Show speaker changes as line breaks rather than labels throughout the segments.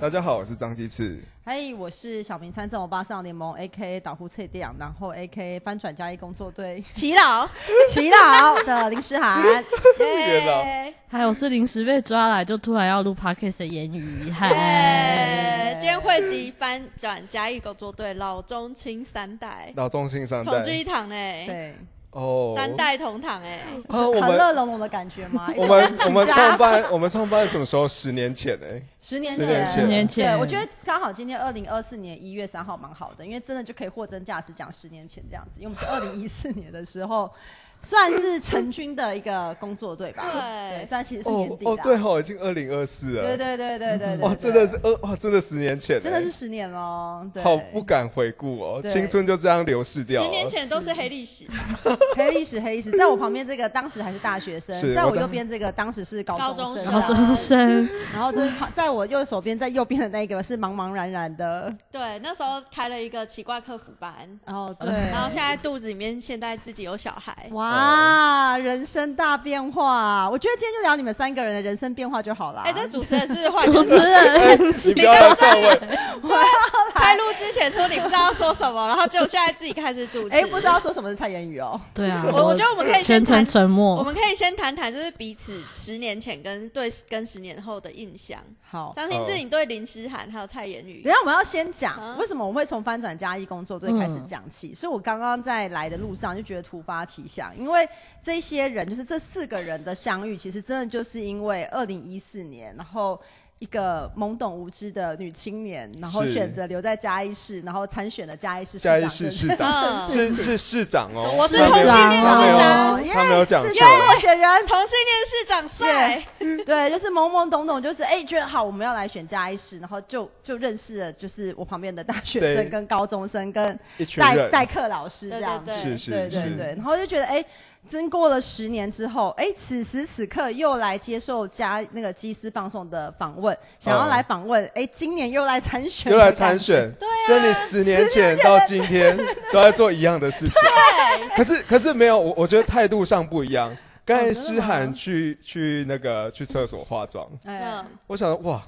大家好，我是张鸡翅。
嗨，我是小明参政欧巴上联盟 A K 岛湖翠店，然后 A K 翻转加一工 作队
祈 祷，
祈祷的林诗涵。
耶！
还有是临时被抓来就突然要录 podcast 的言语， 嗨，
耶！今天汇集翻转嘉义狗作队老中青三代
老中青三
同
代
居一堂哎，
对，
哦，
三代同堂哎，
啊，我
很
们
乐融融的感觉吗？
我
一
们
种
我们
家
创办我们创办什么时候？十年前哎，
十年
十
前，
年前十年
前
对我觉得刚好今天二零二四年一月三号蛮好的，因为真的就可以货真价实讲十年前这样子，因为我们是二零一四年的时候，算是成军的一个工作队吧，
对
算其实是年
哦
底的啊、
哦，对哦，已经二零二四了，
对对对对对对，
哇，
对
真的是二哇，真的十年前哎，
真的是十年哦，对，
好不敢回顾哦，
对
青春就这样流逝掉了。哦
十年前都是黑历史，
黑历史黑历史，在我旁边这个当时还是大学生，
是
在
我
我右
当
边这个当时是高
高
中
中
生
生
高
啊，
中生，
然后就是在我右手边，在右边的那一个是茫茫然然的，
对，那时候开了一个奇怪客服班，
然后对，
然
哦
后现在肚子里面现在自己有小孩，
哦
哇，人生大变化！我觉得今天就聊你们三个人的人生变化就好了。
哎，这主持人是不是换
主 持人，
你
啊
不要来篡位，
开录之前说你不知道要说什么，然后结果现在自己开始主持，
哎、不知道说什么是蔡妍宇哦。
对啊，
我我觉得我们可以先
全
谈
程沉
我
默，
们可以先谈谈，就是彼此十年前跟对跟十年后的印象。
好，
张新志，你对林诗涵还有蔡妍宇
等一下我们要先
啊
讲为什么我会从翻转加一工作队开
嗯
始讲起。是我刚刚在来的路上就觉得突发奇想，因为这些人就是这四个人的相遇，其实真的就是因为二零一四年，然后。一个懵懂无知的女青年，然后
是
选择留在嘉义市，然后参选了嘉义市市
嘉
长
义市
这件事
市
嗯
长是是市长哦，
我是
他没有
同性恋
他没有
市长
他没有讲
是
错
的，候选人
同性恋市长帅，
对，就是懵懵懂懂，就是哎、觉得好，我们要来选嘉义市，然后就就认识了，就是我旁边的大学
对
生、跟高中生、跟
一群
代
人
代课老师
对
这
对
样子，
对
是是
对对
是
对，然后就觉得哎、真过了十年之后，哎、此时此刻又来接受嘉那个基斯放送的访问，想要
嗯
来访问，哎、今年又来参选，
又来参，选，对跟你十年前到今天都在做一样的事情。可是可是没有，我我觉得态度上不一样。刚才诗涵去去那个去厕所化妆，
哎、
嗯，
我想哇，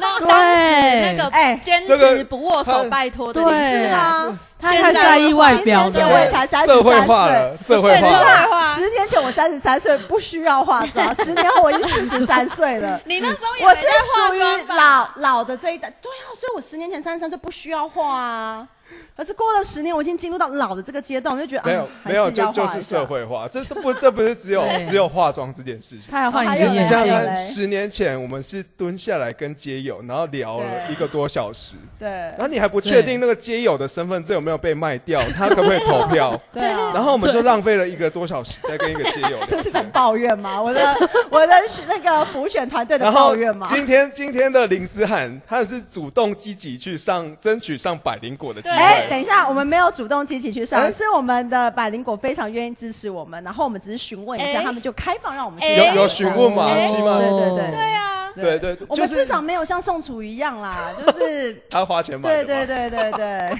那当时那
哎
个坚持不握手拜托的
这个
林诗
是
涵，
啊，
他太在意外表
今年我也
了，
才33
社会化了，社会
对，
化
这
了。
坏话，
十年前我三十三岁不需要化妆，十年后我已经四十三岁了。
你那时候也
我
没
是
在化
属
妆
于
吧
老？老的这一代，对啊，所以我十年前三十三岁不需要画啊，可是过了十年，我已经进入到老的这个阶段，我就觉得
没有
啊、
没有，
还是要
就
画
就
一
是
下
社。会化，这这不这不是只有
对
只有化妆这件事情。
他还换隐
还有
形
你
眼
想
嘞
想
还有嘞
看，
镜，
十年前我们是蹲下来跟街友，然后聊了
对
一个多小时，
对
然后你还不确定那个街友的身份证有没有被卖掉，他可不可以投票？
对啊，
然后我们就浪费了一个多小时在跟一个街友聊
这是一种
天。
抱怨吗？我的 我的那个补选团队的
然后
抱怨吗？
今天今天的林思涵，他是主动积极去上争取上百灵果的机
哎、
会。
等一下，我们没有主动积极去上，
哎
是我们的百灵果非常愿意支持我们，然后我们只是询问一下，
哎
他们就开放让我们
哎
去。
有有询问吗？
哎
起码
对对对
对啊，
对对，
我
就
们
是
至少没有像宋楚瑜一样啦，就是
他花钱买
对
的。
对。对对对。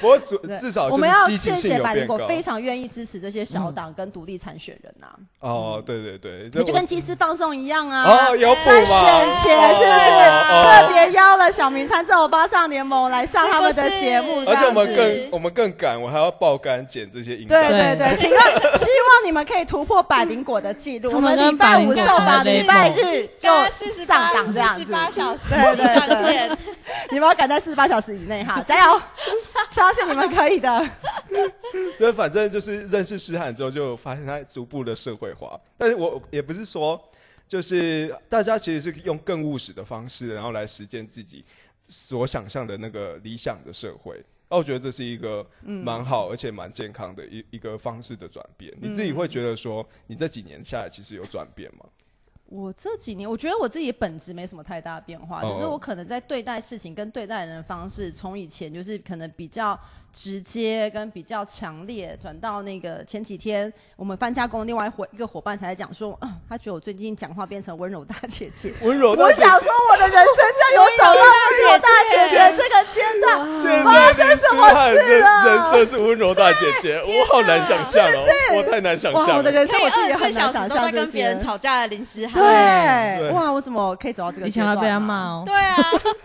不过主
对
至少
我
就
们
是
要
积极
谢
性
谢
有
百灵
变
果
高。
非常愿意支持这些小党跟独立参选人啊，
哦，对对对，这
你就
我
跟鸡丝放送一样啊。
哦有补
在
吗？
选前是不是
哦哦哦
特别邀了小明参政欧巴上联盟来上他们的节目？
是不
而
是
且我
这
们
样子
更我们更赶，我还要爆肝剪这些音
对
档。
对对，
对
请问希望你们可以突破百灵果的记录，我
他们
礼
跟
拜
百灵
五
果
受
的
访，礼拜日就
加四十
上
八
档这样
四
子
十。八小时
对对
上线，
你们要赶在四十八小时以内哈，加油！相信你们可以的。
对，反正就是认识诗涵之后，就发现他逐步的社会化。但是我也不是说，就是大家其实是用更务实的方式，然后来实践自己所想象的那个理想的社会。哦那我觉得这是一个蛮好、而且蛮健康的一一个方式的转变。你自己会觉得说，你这几年下来其实有转变吗？
我这几年，我觉得我自己本质没什么太大变化，
哦
只是我可能在对待事情跟对待人的方式，从以前就是可能比较直接跟比较强烈，转到那个前几天我们搬家工另外一伙一个伙伴才在讲说，啊，他觉得我最近讲话变成温柔大姐姐。
温柔
我
大姐
想说
姐，，
我的人生就有找到温柔大姐姐这个阶段，
现
嗯
在
发生
林
什
思
么
翰
事
的
了
人生是温柔大姐姐，我好难想象哦，我太难想
哇，我
象
的
了。
人
可
生
以
我自
二
己
十
很
四
难
小
想
时
象
都在
这
跟
些
别人。吵架的林诗涵，
对，
对
哇，我怎么可以走到这个
以
阶
前
段、啊？
还被他骂哦，
对啊，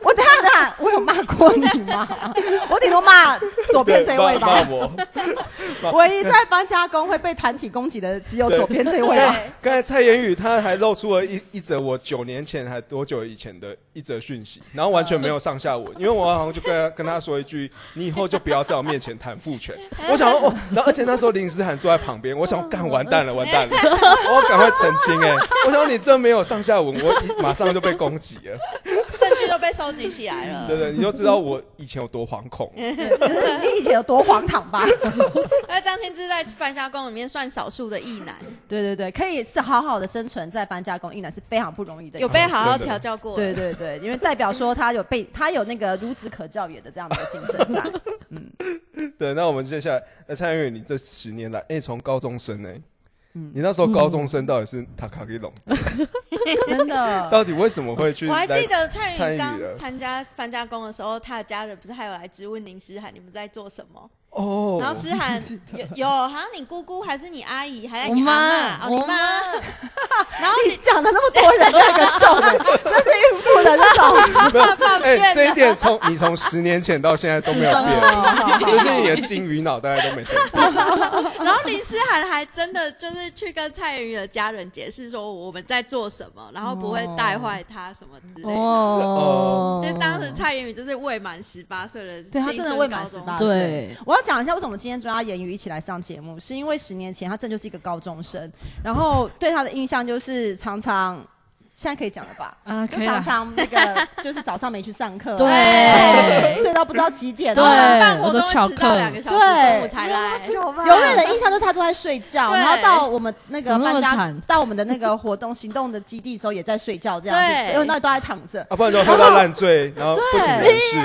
我等一下等一下，我有骂过你吗？ 我顶多骂左
对，
边这一
骂
位吧
骂。我。 骂
唯一在搬家工会被团体攻击的只有左边这一位
刚
啊
吧。
才 刚才蔡妍宇她还露出了一一则我九年前还多久以前的一则讯息，然后完全没有上下文，因为我好像就跟她跟她说一句：“你以后就不要在我面前谈父权。” 我想说哦，然后而且那时候林思涵坐在旁边，我想干完蛋了，完蛋了， 我赶快澄清哎、我想你真没有上下文，我一马上就被攻击了，
证据都被收集起来了
对。不对？你就知道我以前有多 惶恐。
你以前有多荒唐吧？
那张天志在半夏宫里面算少数的异男，
对对对，可以是好好的生存在搬家工，依然是非常不容易的一
有
件事。
哦
被好好调教过。
对对对，因为代表说他有被他有那个孺子可教也的这样的一个精神在。
对，那我们接下来，那蔡妍宇，你这十年来，哎、从高中生哎、
嗯
你那时候高中生到底是塔卡给龙
真的。
到底为什么会去？
我还记得蔡
参与
云刚
了
参加搬家工的时候，他的家人不是还有来质问林诗涵你们在做什么？
哦，
然后诗 涵有有，好像你姑姑还是你阿姨，还在你
我妈
阿嬷哦，你
我妈
妈。然后
你讲的那么多人那个重的，这是孕妇的那种。
没有，
抱
哎、
歉啊
这一点从你从十年前到现在都没有
啊
变，
哦
就是你的金鱼脑袋都没变。
然后林思涵还真的就是去跟蔡云的家人解释说我们在做什么，然后不会带坏他什么之类的。
哦，
啊就当时蔡云就是未满十八岁的青
对
春高中生，
他真的未满十八岁。
对，
我要讲一下为什么今天抓言语一起来上节目，是因为十年前他真的就是一个高中生，然后对他的印象就是常常现在可以讲了吧。
啊，
就
可以
常
了，
常那个， 就是早上没去上课啊、哦
对
睡到不知道几点
对
啊、
办活动
我都翘
会迟到
课
两个小时，
对
中午才来。
永远的印象就是他都在睡觉，
对
然后到我们那个
怎么那
搬
么
家
惨，
到我们的那个活动行动的基地的时候也在睡觉，这样子，
对
因为那里都在躺着。
啊，不然就喝到烂醉，然后不省人事。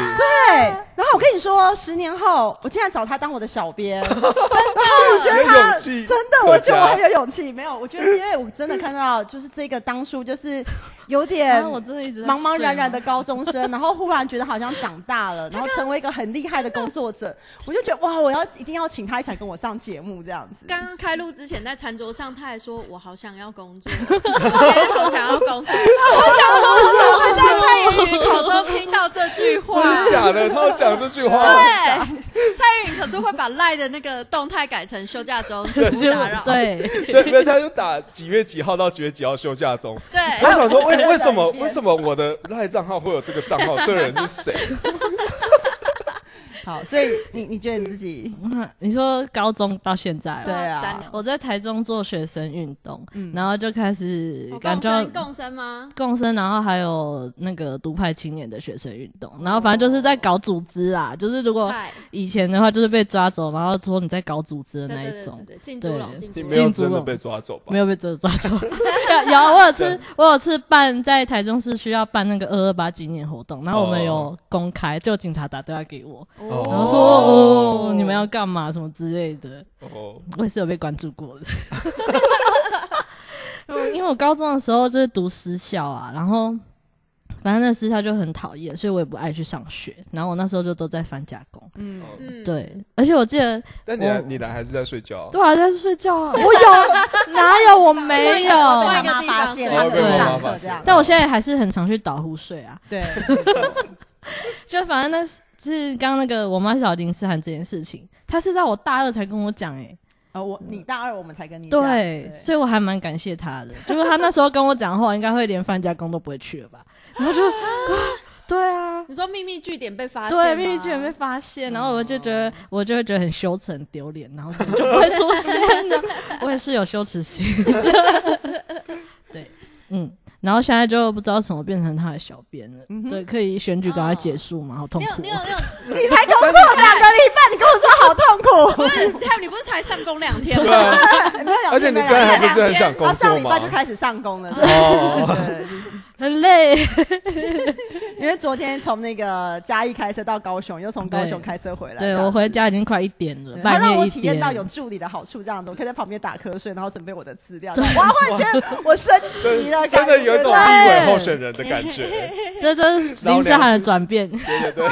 对，啊然后我跟你说，十年后我竟然找他当我的小编， 真的，我觉得
有
他
勇气
真的，我觉得我
可嘉
很有勇气。没有，我觉得是因为我真的看到，就是这个当初就是有点
啊我真的一直在
茫茫然然的
睡
高中生，然后忽然觉得好像长大了，然后成为一个很厉害的工作者，我就觉得哇，我要一定要请他一起来跟我上节目这样子。
刚刚开录之前，在餐桌上，他还说：“我好想要工作，我也好想要工作。”我想说，我怎么会在蔡依林口中听到这句话？
真的假的？他要讲这句话，
对，蔡依林可是会把赖的那个动态改成休假中，请勿打扰。
对，
对，没有，他就打几月几号到几月几号休假中。
对，
哎
我想说，为为什么为什么我的赖账号会有这个账号？这个人是谁？
好，所以你你觉得你自己
嗯你说高中到现在
对
吗，
啊
咱俩
我在台中做学生运动，
嗯
然后就开始
我
感
共
觉
生共生吗？
共生，然后还有那个独派青年的学生运动，然后反正就是在搞组织啦，就是如果
哦嗨，
以前的话就是被抓走，然后说你在搞组织
对
的那
对
一
对
种
对，对，进猪笼，
对
进猪
你
笼
没。有真的被抓走吧？
没有被抓抓 走。有有，我有次我有次办在台中市需要办那个二二八纪念活动，然后我们有
哦
公开，就警察打电话给我，
哦
然后说哦你们要干嘛什么之类的，
哦，
我也是有被关注过的。 嗯因为我高中的时候就是读私校啊，然后反正那私校就很讨厌，所以我也不爱去上学。然后我那时候就都在返家工，
嗯
哦
嗯，
对，而且我记得
但你来
我
你来还是在睡觉啊？
对啊，在睡觉哦啊，我有哪有我没
被
有？
换一
他
个
妈
地
发
方
现
睡
他们
对
在上
被妈妈
课
发
这
现
样？
但我现在还是很常去倒呼睡啊，
对，
就反正那是是刚刚那个我妈小林思涵这件事情，她是在我大二才跟我讲哎、欸
呃，我你大二我们才跟你讲
对，所以我还蛮感谢她的， 就是她那时候跟我讲的话，应该会连范家工都不会去了吧，然后就、啊、对啊。
你说秘密据点被发现吗，
对，秘密居然被发现，然后我就觉得，我就会觉得很羞耻、很丢脸，然后可能就不会出现的。我也是有羞耻心，对，嗯，然后现在就不知道怎么变成他的小编了。对，可以选举赶快结束嘛，好痛
你
苦
有
哦、
你有你有
你才工作两个礼拜，你跟我说好痛 苦，
他你不是才上工两天
对
吗？
啊，
没有两
而且
天
你
没
刚才
两
还
天
不是很想工
然后上
作
礼拜就
吗？
开始上工了。
哦，
对，就是
很累。
因为昨天从那个嘉义开车到高雄，又从高雄开车回来。
对我回家已经快一点了，
嗯他
半
让
夜
我
一
体验
点。
到有助理的好处，这样子我可以在旁边打瞌睡，然后准备我的资料。这样哇，我忽然觉得我升级 了，
真的
感觉
有一种
到
立委候选人的感觉。
这这是林诗涵的转变，
对对对，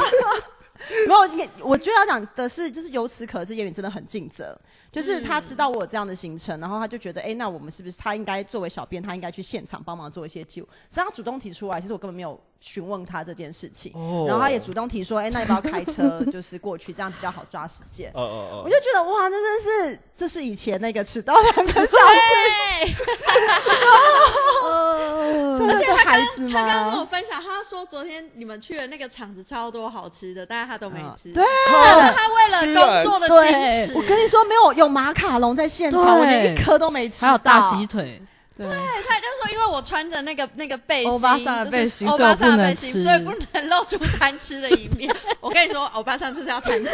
没有，因为我觉得要讲的是，就是由此可知，叶允真的很尽责。就是他知道我有这样的行程，然后他就觉得，哎、那我们是不是他应该作为小编，他应该去现场帮忙做一些记录？是他主动提出来，其实我根本没有询问他这件事情。
哦
然后他也主动提说，哎、那要不要开车就是过去，这样比较好抓时间。
哦哦
我
哦
就，觉得哇，这真是这是以前那个迟到两个小 时，而且孩子
他刚跟我
吗？
分享，他说昨天你们去的那个场子超多好吃的，但是他都没
啊
吃。
对，
但是他为了工作的矜持，
我跟你说，没有有马卡龙在现场，
对
我连一颗都没吃到。
还有大鸡腿，
对，
对他就说因为我穿着那个那个背心，
欧巴桑的背心
就是欧巴
所以
桑
我
的
不能
背心，
吃
所以不能露出贪吃的一 面。我跟你说，欧巴桑就是要贪吃，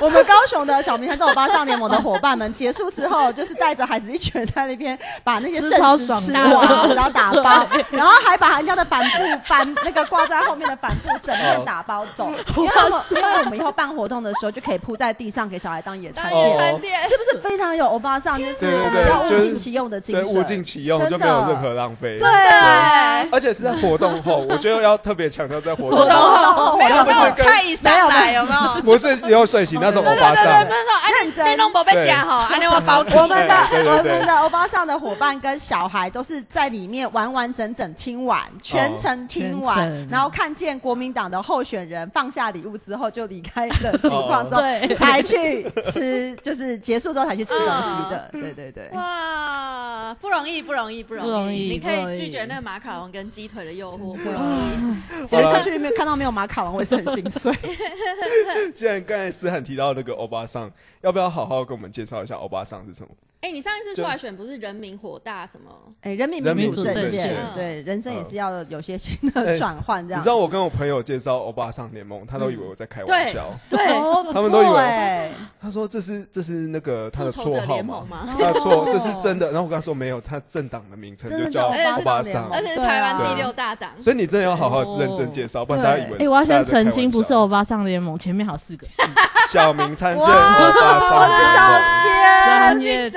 我们高雄的小明山豆巴上联盟的伙伴们，结束之后就是带着孩子一群人在那边把那些
吃
剩
超
食
爽
吃
的
完，然后打包，然后还把人家的帆布帆那个挂在后面的帆布整
哦
面打包走，因为我们因为我们以后办活动的时候就可以铺在地上给小孩当野餐
当
哦
垫。
然点。
是不是非常有欧巴桑，就是
对对
我
对
们要物
就是
尽其用的精
对，
神？
物尽其用
真
就
的
没有任何浪费。
对，
对，
而且是在活动后，我觉得要特别强调在活
活
动
动
后，
后没有
不是
那种
跟
菜以上来，有没有？
不是有睡醒那种欧
对对
巴
对对，不
桑。
是说哎，
认
你
真
你弄不被夹吼，安尼我包起。
我们的
对对对
我们的欧巴桑的伙伴跟小孩都是在里面完完整整听完，全
哦
程听
全
完，
程
然后看见国民党的候选人放下礼物之后就离开的情况之 后，
对
才去吃，就是结束之后才去吃东西的。对对对，
啊
哇，不容易，不容易，不容易！
不容易
你可
不容
以
易
拒绝那个马卡龙跟鸡腿的诱惑，不容易。
好
我
了
出去没有看到没有马卡龙，我也是很心碎。
既然刚才思涵提到那个欧巴桑，要不要好好跟我们介绍一下欧巴桑是什么？
哎，你上一次出来选不是人民火大什么？
哎，人民
人民
民
主
主
阵
阵
线
线
嗯，
对人生也是要有些新
哎
的转换，这
你
样
知。道我跟我朋友介绍欧巴桑联盟，他都以为我在开玩笑。
对，
哦不
他们都以为
错 哎
他说这是这是那个他的
复仇者
绰号
联盟吗
他的绰
哦
这是真的。然后我跟他说没有，他政党的名称
真
就
的
叫
叫
欧
欧
巴
巴
桑
桑联。
而
盟
且是台湾
对啊
第六大党。
所以你真的要好好认真介绍，不然大家以为。
哎、我要先澄清，不
大家在
是
开
哦
玩
欧巴桑联盟，前面还有四个字，
笑小明参政欧
哇
巴
哦
桑联
专业
太
的
竞
用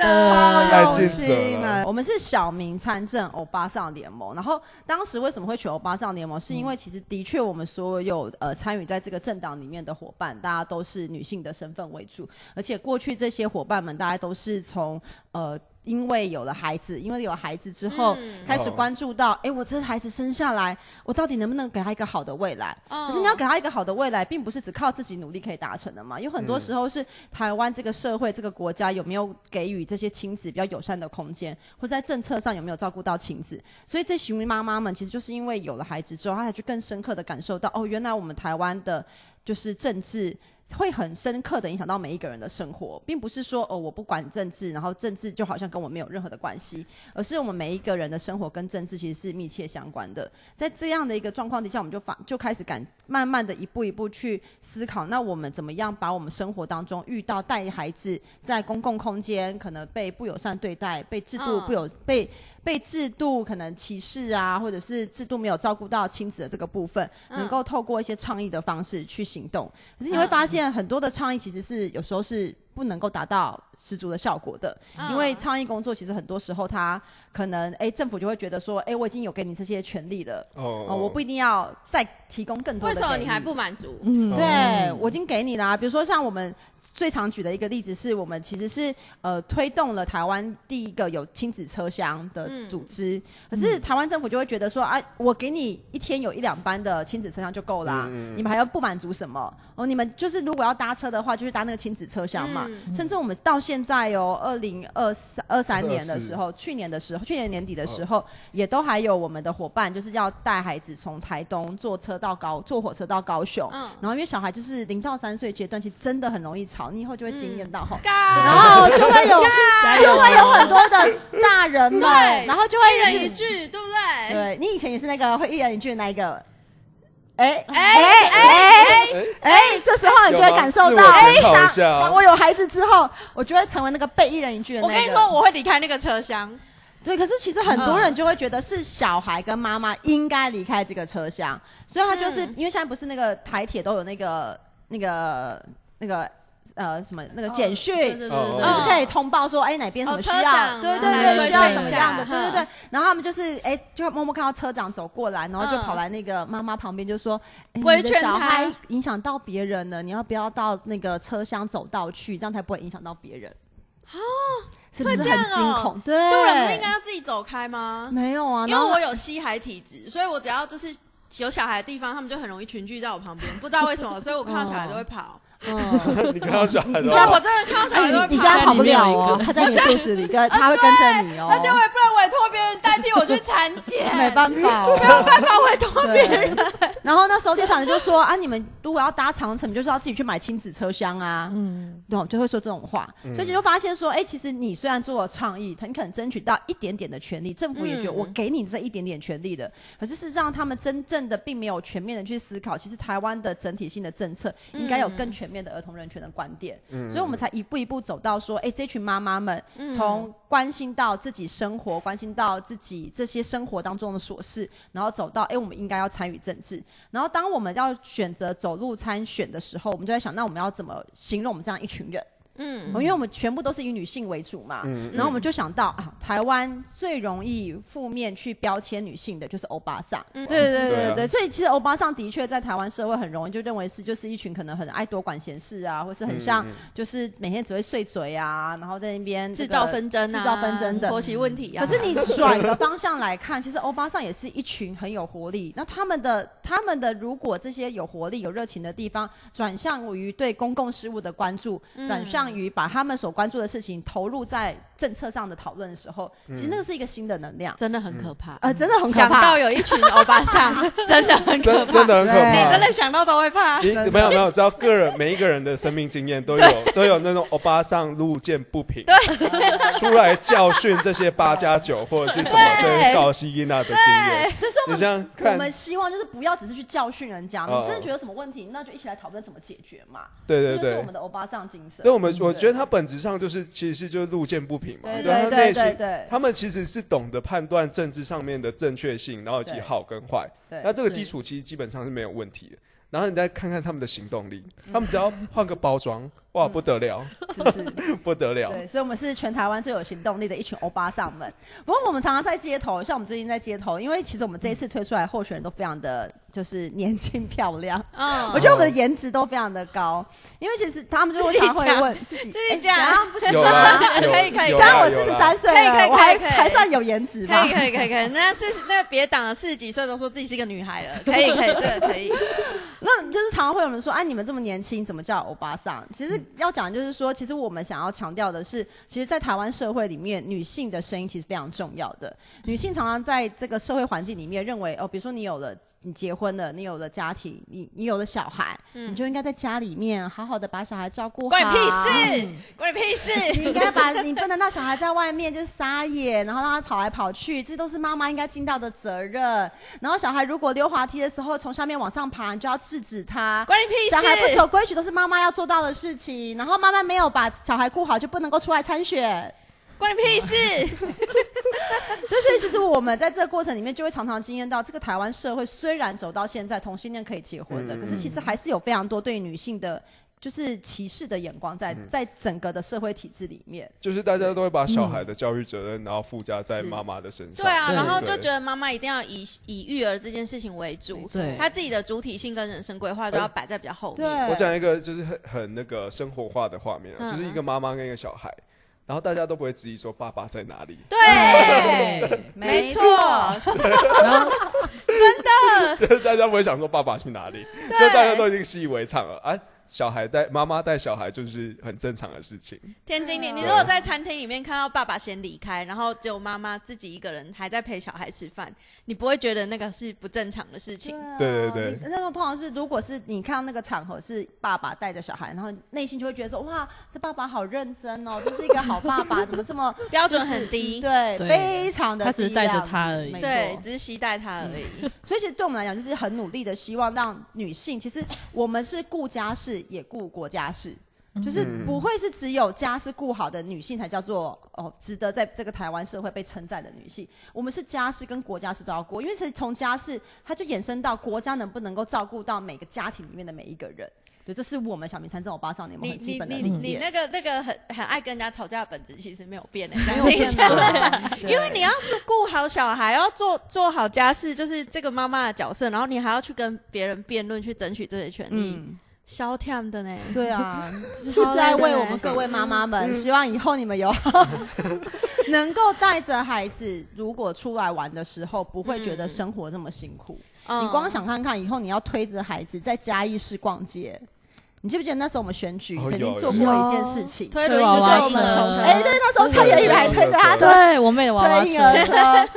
争
心
了
了。我们是小明参政欧巴桑联盟，然后当时为什么会选欧巴桑联盟？是因为其实的确我们所有呃参与在这个政党里面的伙伴，大家都是女性的身份为主，而且过去这些伙伴们，大家都是从呃。因为有了孩子，因为有了孩子之后，
嗯
开始
哦
关注到，哎、我这孩子生下来，我到底能不能给他一个好的未来？
嗯
可是你要给他一个好的未来，并不是只靠自己努力可以达成的嘛。有很多时候是台湾这个社会、这个国家有没有给予这些亲子比较友善的空间，或在政策上有没有照顾到亲子。所以这群妈妈们其实就是因为有了孩子之后，她才去更深刻的感受到，哦，原来我们台湾的就是政治。会很深刻的影响到每一个人的生活，并不是说哦我不管政治，然后政治就好像跟我没有任何的关系，而是我们每一个人的生活跟政治其实是密切相关的。在这样的一个状况底下，我们就发就开始感慢慢的一步一步去思考，那我们怎么样把我们生活当中遇到带孩子在公共空间可能被不友善对待、被制度
嗯
不友、被被制度可能歧视啊，或者是制度没有照顾到亲子的这个部分，
嗯
能够透过一些倡议的方式去行动。可是你会发现，很多的倡议其实是有时候是不能够达到十足的效果的。
嗯
因为倡议工作其实很多时候，他可能哎，政府就会觉得说，哎，我已经有给你这些权利了，
盟哦
哦，我不一定要再提供更多
为
的。
什么你还？不满足？
哦
嗯，
对，我已经给你啦。比如说像我们最常举的一个例子是，我们其实是呃推动了台湾第一个有亲子车厢的
嗯
组织，可是台湾政府就会觉得说，啊，我给你一天有一两班的亲子车厢就够啦，
嗯嗯嗯
你们还要不满足什么？哦，你们就是如果要搭车的话，就是搭那个亲子车厢嘛。
嗯
甚至我们到现在哦，二零二三二三年的时候，去年的时候，去年年
嗯
底的时候，也都还有我们的伙伴，就是要带孩子从台东坐车到高，坐火车到高雄。
嗯
然后因为小孩就是零到三岁阶段，其实真的很容易吵，你以后就会经
嗯
验到吼。 然
嘎，
后就会 有，就会有很多的 大人们
哦对，
然后就
一
会
人一句，对不对？
对你以前也是那个会一人一句的那一个，哎
哎
哎哎
哎
哎，这时候你就会感受
有
到，
吗自我
哎
检，讨一
当
下哦
当我有孩子之后，我就会成为那个被一人一句的那
我
个。
跟你说，我会离开那个车厢，
对，可是其实很多人
嗯
就会觉得是小孩跟妈妈应该离开这个车厢，所以他就是、
嗯
因为现在不是那个台铁都有那个那个那个呃什么那个简讯。
对对对对
就是
对
哦
可以通报说，哎、哪边什么需
哦车
要，
长
对
然后
对
就
对，
会
需要
看
什么
一
样的，
下
对对
嗯
对。然后他们就是，哎、就默默看到车长走过来，然后就
嗯
跑来那个妈妈旁边，就说，哎
规
你的
劝
小
他
孩影响到别人了，你要不要到那个车厢走道去，这样才不会影响到别人。哦，是不是
会
很
这样哦
惊恐？对，
路人不是应该要自己走开吗？
没有啊，
因
然
为
后
我有吸海体质，所以我只要就是有小孩的地方，他们就很容易群聚在我旁边，不知道为什么，所以我看到小孩都会跑。
嗯，
你看到小孩
你
的
现在
话，
我真的看到小孩都
哎
会
你你现
跑
在。跑不了
我
哦，
现
他在你的肚子里跟，他会跟着你哦，
那就会不然委托别人代替我去产 检，
没办法哦。
办法委托别人。
对， 然后那时候店长就说啊，你们如果要搭长城，你就是要自己去买亲子车厢啊，
嗯，
对，就会说这种话，所以你就发现说，哎、其实你虽然做了倡议，你可能争取到一点点的权利，政府也觉得
嗯
我给你这一点点权利的，可是事实上他们真正的并没有全面的去思考，其实台湾的整体性的政策应该有更全面的儿童人权的观点，所以我们才一步一步走到说，哎、这群妈妈们从关心到自己生活，关心到自己这些生活当中的琐事，然后走到哎、我们应该要参与政治。然后当我们要选择走路参选的时候，我们就在想，那我们要怎么形容我们这样一群人？
嗯，
哦因为我们全部都是以女性为主嘛，
嗯
然后我们就想到啊，台湾最容易负面去标签女性的就是欧巴桑，
嗯
对对对
对啊
对对，所以其实欧巴桑的确在台湾社会很容易就认为是就是一群可能很爱多管闲事啊，或
嗯
是很像就是每天只会碎嘴啊，然后在那边
制
这个
造纷争啊，
制造纷争的
婆媳问题啊。
可是 你转个方向来看，其实欧巴桑也是一群很有活力。那他们的他们的如果这些有活力、有热情的地方，转向于对公共事务的关注，转向于把他们所关注的事情投入在政策上的讨论的时候，其实那
嗯
个是一个新的能量。
真嗯的很可怕，
呃，真的很可
想
怕
到。有一群欧巴 桑，真的很可
嗯真
怕
真。的很可
对
怕。
真的想到都会怕，
你没有没有，只要个人每一个人的生命经验都有都有那种欧巴上路见不平，出来教训这些八加九或者是什么
对
对高希伊娜的经验。
就是我
你
们
这样
我
看，
们希望就是不要只是去教训人家，我们
哦
真的觉得有什么问题，那就一起来讨论怎么解决嘛。
对对
这就是我
对
们，的欧巴桑精神。
对我们我
对
觉得他本质上就是其实是就是路见不平嘛，
对
就是他
对
内
对对
心
对
他们其实是懂得判断政治上面的正确性，然后以及
对
好跟坏。
对
那这个基础其实基本上是没有问题的。然后你再看看他们的行动力，他们只要换个包装，哇，不得了，
是不是？
不得了。
对，所以我们是全台湾最有行动力的一群欧巴桑们。不过我们常常在街头，像我们最近在街头，因为其实我们这一次推出来的候选人都非常的就是年轻漂亮，
嗯
我觉得我们的颜值都非常的高。因为其实他们就会常会问自己
自己
哎
讲
怎样不行
有
吗？
啊
啦，有
可以可以
有啦
虽然我
有啊
四十
啦
三岁
可以可
了，
以
我还
可以可以
还算有颜值
可
吧
以。可以可以 可以，那四十那别挡了，四十几岁都说自己是个女孩了，可以 可以，这个可以，
那就是常常会有人说，哎、你们这么年轻，怎么叫欧巴桑？其
嗯
实要讲就是说，其实我们想要强调的是，其实，在台湾社会里面，女性的声音其实非常重要的。女性常常在这个社会环境里面认为，哦，比如说你有了，你结婚了，你有了家庭，你你有了小孩，你就应该在家里面好好的把小孩照顾好。
嗯关你屁！事，关你屁
你
事，
应该把你不能让小孩在外面就是撒野，然后让他跑来跑去，这都是妈妈应该尽到的责任。然后小孩如果溜滑梯的时候从下面往上爬，你就要制止他。
关你屁
小孩不
事，
守规矩都是妈妈要做到的事情，然后妈妈没有把小孩顾好，就不能够出来参选。
关你屁事，
对，所以其实我们在这个过程里面，就会常常惊艳到，这个台湾社会虽然走到现在同性恋可以结婚了，可是其实还是有非常多对女性的。就是歧视的眼光在在整个的社会体制里面，
就是大家都会把小孩的教育责任，然后附加在妈妈的身上。
对啊，
对
然后就觉
得
得妈妈一定要以以育儿这件事情为主，
对
她自己的主体性跟人生规划都要摆在比较后面，
我讲一个就是很很那个生活化的画面啊，
嗯
就是一个妈妈跟一个小孩，然后大家都不会质疑说爸爸在哪里。
对，没
没
错，
然后
就是 大家不会想说爸爸去哪里，就大家都已经习以为常了。啊，小孩带妈妈带小孩就是很正常的事情。
天经地。
对啊
你如果在餐厅里面看到爸爸先离开，然后只有妈妈自己一个人还在陪小孩吃饭，你不会觉得那个是不正常的事情。
对对
对
对
啊你那种通常是，如果是你看到那个场合是爸爸带着小孩，然后内心就会觉得说，哇，这爸爸好认真哦，这是一个好爸爸，怎么这么
标准很低，
对，
对
非常的
他只是
低
带着
量
他而已
没
对，
错
只是期待他而已。
所以其实对我们来讲，就是很努力的希望让女性，其实我们是顾家事也顾国家事。就是不会是只有家是顾好的女性才叫做哦，值得在这个台湾社会被称赞的女性。我们是家事跟国家事都要过，因为是从家事，它就衍生到国家能不能够照顾到每个家庭里面的每一个人。对，这是我们小明参政欧巴少年们
你
很基
你
本的
你
理
你
念。
那个那个很很爱跟人家吵架的本质其实没有变 的、
没
欸，
有
等一
变
下，
的
啊因为你要照顾好小孩，要做做好家事，就是这个妈妈的角色，然后你还要去跟别人辩论，去争取这些权利，
嗯，
消跳的呢。
对 啊，只是
超累的嗯
在为我们各位妈妈们，希望以后你 们有 能够带着孩子，如果出来玩的时候，不会觉得生活那么辛苦。
嗯
你光想看看，以后你要推着孩子在嘉义市逛街，你记不记得那时候我们选举
哦
曾经
有
做
有
过
有
一件事情？
推轮椅就是我们
娃娃车
的
哎，对，那时候蔡元宇还推着他的
对我妹的娃娃
推
车
婴，儿车。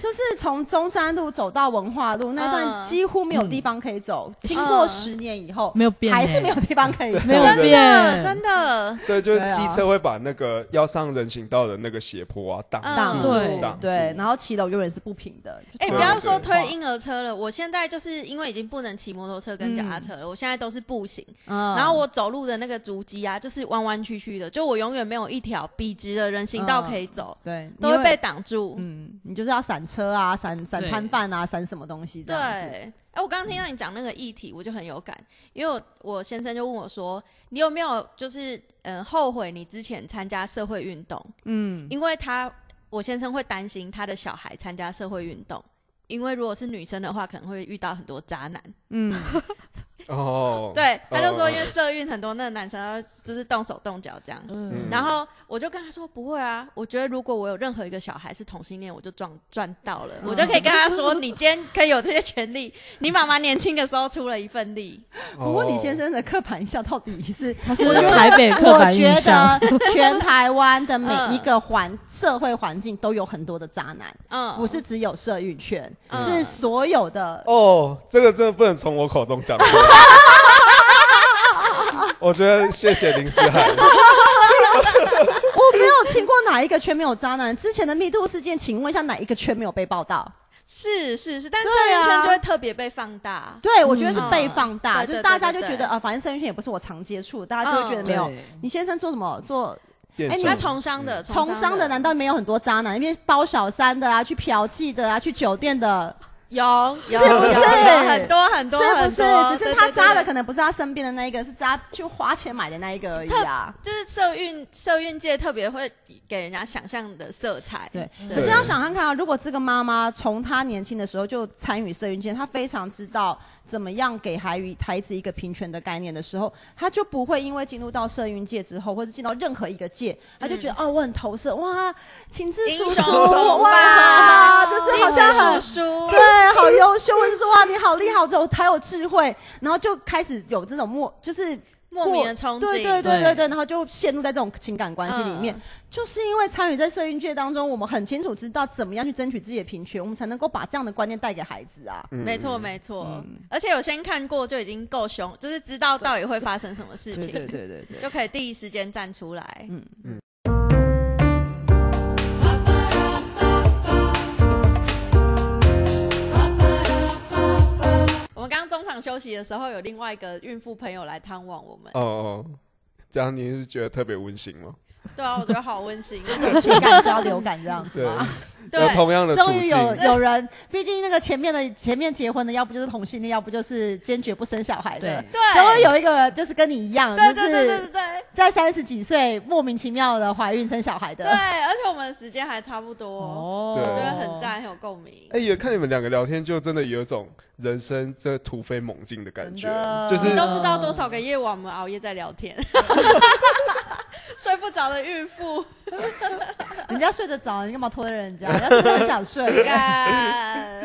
就是从中山路走到文化路那段
嗯
几乎没有地方可以走，经过十年以后
没有变
还是
欸
没有地方可以走。
没有
真的
变
真的，
对，就是
对啊
机车会把那个要上人行道的那个斜坡啊挡
挡
住，
对
挡住。
嗯对，然后骑楼永远是不平的。
嗯哎、
对
不要说
对
推婴儿车
啊
了，我现在就是因为已经不能骑摩托车跟脚踏车了，我现在都是步行。
嗯
然后我走路的那个足迹啊，就是弯弯曲曲的，就我永远没有一条笔直的人行道
嗯
可以走，
对
都会被挡住。
嗯，你就是要闪车啊，闪闪
对
摊贩啊，闪什么东西这
对，
样子。
哎、我刚刚听到你讲那个议题，我就很有感，因为我我先生就问我说，你有没有就是嗯、呃后悔你之前参加社会运动？
嗯，
因为他我先生会担心他的小孩参加社会运动，因为如果是女生的话，可能会遇到很多渣男。
嗯，
哦，
对，他就说
哦
因为社运很多那个男生要就是动手动脚这样。
嗯
然后我就跟他说不会啊，我觉得如果我有任何一个小孩是同性恋，我就赚赚到
嗯
了，我就可以跟他说，你今天可以有这些权利，你妈妈年轻的时候出了一份力，
不过李先
哦，
生的刻板印象到底是？
他是台北 刻
我
板
觉
印象，
得全台湾的每一个环社会环境都有很多的渣男，
嗯，
不是只有社运圈，
嗯
是所有的。
哦，这个真的不能从我口中讲出 来。我觉得谢谢林思涵，
我没有听过哪一个圈没有渣男。之前的密度事件，请问一下哪一个圈没有被报道？
是是是，但社
对
运圈
啊
就会特别被放大，
对，我觉得是被
嗯
放大，
对
就是
对
大
对
家就
对
觉
对
得啊，反正生育圈也不是我常接触，大家就会觉得
嗯
没有。
对
你先生做什么？做
电
哎你
商
他从商的，
从商的，难道没有很多渣男？因为包小三的啊，去嫖妓的啊，去酒店的，
有有
是不是
有很多很
是
多很多，
不是？只是
对
他渣的，
对对
可能不是他身边的那一个，是渣去花钱买的那一个而已啊。
就是社运社运界特别会给人家想象的色彩，
对
对
可是要想看看啊，如果这个妈妈从她年轻的时候就参与社运圈，她非常知道怎么样给孩与孩子一个平权的概念的时候，她就不会因为进入到社运界之后，或者进到任何一个界，她就觉得、哦，我很投射，哇，秦志叔
嗯英
叔，
雄崇
哇，
拜
就是好像很
叔叔，
对，啊好优秀，或者是哇，你好厉害，好有好有智慧，然后就开始有这种莫，就是
莫名的憧憬，
对对对对对，然后就陷入在这种情感关系里面。
嗯
就是因为参与在社运界当中，我们很清楚知道怎么样去争取自己的平权，我们才能够把这样的观念带给孩子啊。
嗯
没错没错，
嗯
而且有先看过就已经够凶，就是知道到底会发生什么事情，
对对对。嗯
就可以第一时间站出来。我们刚刚中场休息的时候，有另外一个孕妇朋友来探望我们，
哦哦，这样你是觉得特别温馨吗？
对 啊，我觉得好温馨、
有情感交流感这样子
对
吗？，
有
对，
同 样的处
终于
境，
有有人，毕竟那个前面的前面结婚的，要不就是同性恋，要不就是坚决不生小孩的
对。
对
终于有一个就是跟你一样，
对
就
对对对
是
对对
在三十几岁莫名其妙的怀孕生小孩的
对，。而且我们的时间还差不多，
哦
对
我觉
啊
得很。赞，很有共鸣。
哎、也看你们两个聊天，就真的有一种人生这突飞猛进的感觉
真，的
就是
你都不知道多少个夜晚我们熬夜在聊天， 睡不着的孕妇，？
人家睡得着，你干嘛拖着人家？人家是不是很想 睡
干。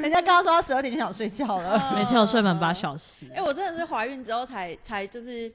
人家刚刚说他十二点就想睡觉 了。
每天有睡满八小时
哎、，我真的是怀孕之后才才就是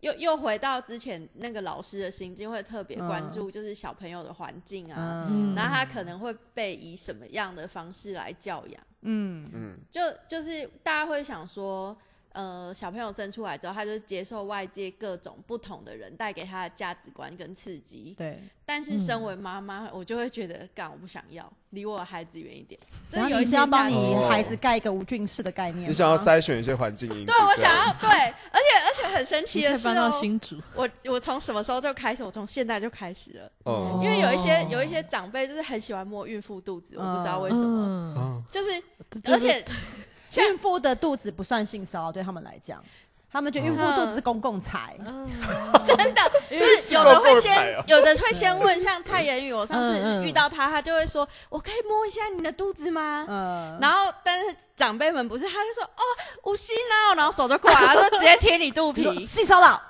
又又回到之前那个老师的心境，会特别关注就是小朋友的环境啊，
嗯
然后他可能会被以什么样的方式来教养，
嗯
嗯，
就就是大家会想说。呃小朋友生出来之后，他就接受外界各种不同的人带给他的价值观跟刺激。
对，
但是身
嗯
为妈妈，我就会觉得，干我不想要，离我的孩子远一点。就是
然
有
后
一
你是
些
要帮
价值
你
哦
孩子盖一个无菌室的概念吗，
你想要筛选一些环境因素。
对我
这样
想要对，而且而且很神奇
你
的
可以
是
搬到
哦、
新竹，
我我从什么时候就开始？我从现在就开始了，
哦
因为有一些有一
哦
些长辈就是很喜欢摸孕妇肚子，我不知道为什么，
嗯，
哦，
就是
这
而
就是
且
孕妇的肚子不算性骚扰，对他们来讲，他们觉得孕妇肚子是公共财。
真的
因
就
为
是有
小
的会
狗
先
踩哦
有的会先问，像蔡妍宇，我上次
嗯嗯
遇到他，他就会说：“我可以摸一下你的肚子吗？”
嗯，
然后，但是长辈们不是，他就说哦，无锡啦，然后手就过来，他说直接贴你肚皮
你，说性骚扰，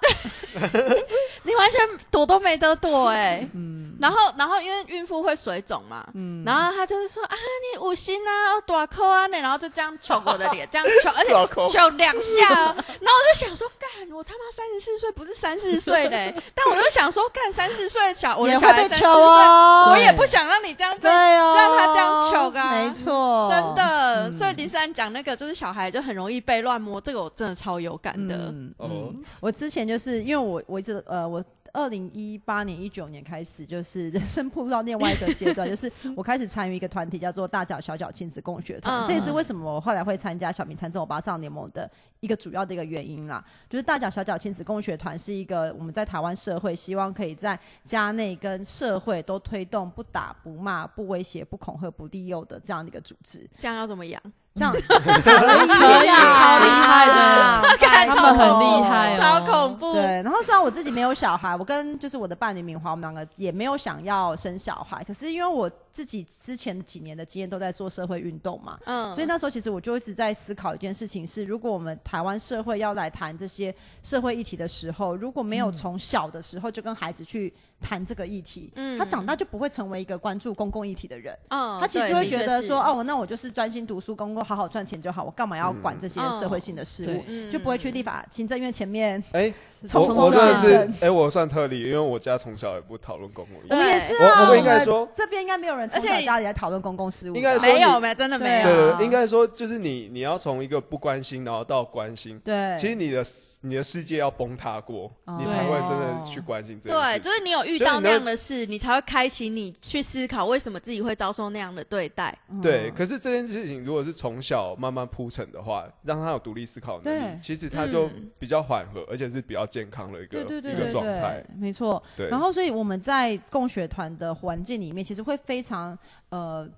你完全躲都没得躲哎、
嗯
然后，然后因为孕妇会水肿嘛，然后他就是说啊，你五星啊，哦大扣啊，那然后就这样求我的脸，这样 求，而
大
且
口
求两下、哦。然后我就想说，干，我他妈三十四岁不是三四岁嘞，但我就想说，干三四岁小我的
也
小
会
孩
被
三
求
四岁，
哦
我，也不想让你这样啊被
对哦，
让他这样求啊
没错，
真的，
嗯
所以林珊讲那个就是小孩就很容易被乱摸，这个我真的超有感的。
嗯
哦
我之前就是因为我我一直呃我。二零一八年、一九年开始，就是 人生步入到另外一个 阶段，就是我开始参与一个团体，叫做“大脚小脚亲子共学团”
嗯
这也是为什么我后来会参加小明参政我八少联盟的一个主要的一个原因啦。就是“大脚小脚亲子共学团”是一个我们在台湾社会希望可以在家内跟社会都推动不打、不骂、不威胁、不恐吓、不利诱的这样的一个组织。
这样要怎么养？
这 样
可以超厉害的
的
看
他们很厉害哦
超恐怖。
哎对，然后虽然我自己没有小孩，我跟就是我的伴侣明华，我们两个也没有想要生小孩，可是因为我自己之前几年的经验都在做社会运动嘛，
嗯，
所以那时候其实我就一直在思考一件事情是：如果我们台湾社会要来谈这些社会议题的时候，如果没
嗯
有从小的时候就跟孩子去谈这个议题，
嗯
他长大就不会成为一个关注公共议题的人。
嗯，
他其实
对
就会觉得说，，
的
哦，我那我就是专心读书、工作，好好赚钱就好，我干嘛要管这些社会性的事物
嗯？
哦对
就不会去立法行政院前面。
哎，我
从
头
我
到
真的
尾
是哎，我算特例，因为我家从小也不讨论公共议
对
我
题。
们也是啊，
我我
们
应该说
这边应该没有人从
而且
小
你
家里来讨论公共事务吧，
应该
确
说
是没有
你
没，真的
对
没有。
对
啊，
应该说就是你你要从一个不关心，然后到关心。
对，
其实你的你的世界要崩塌过，
哦
你才会真的去关心这件
对，
事
就是你有遇到那样的事，你才会开启你去思考为什么自己会遭受那样的对待。
嗯
对，可是这件事情如果是从小慢慢铺陈的话，让他有独立思考能
对
力，其实他就
嗯
比较缓和，而且是比较健康的一个
对对对
一
对
个状
对
态。，
没错。
对，
然后，所以我们在共学团的环境里面，其实会非常呃。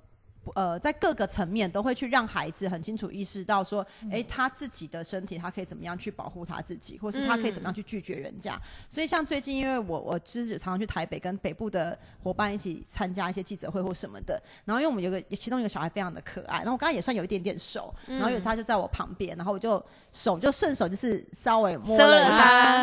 不呃，在各个层面都会去让孩子很清楚意识到说，诶，他自己的身体，他可以怎么样去保护他自己，或是他可以怎么样去拒绝人家。所以像最近，因为我我就是常常去台北跟北部的伙伴一起参加一些记者会或什么的，然后因为我们有个其中一个小孩非常的可爱，然后我刚刚也算有一点点熟，然后有一次他就在我旁边，然后我就手就顺手就是稍微摸
遮
了
了
一下，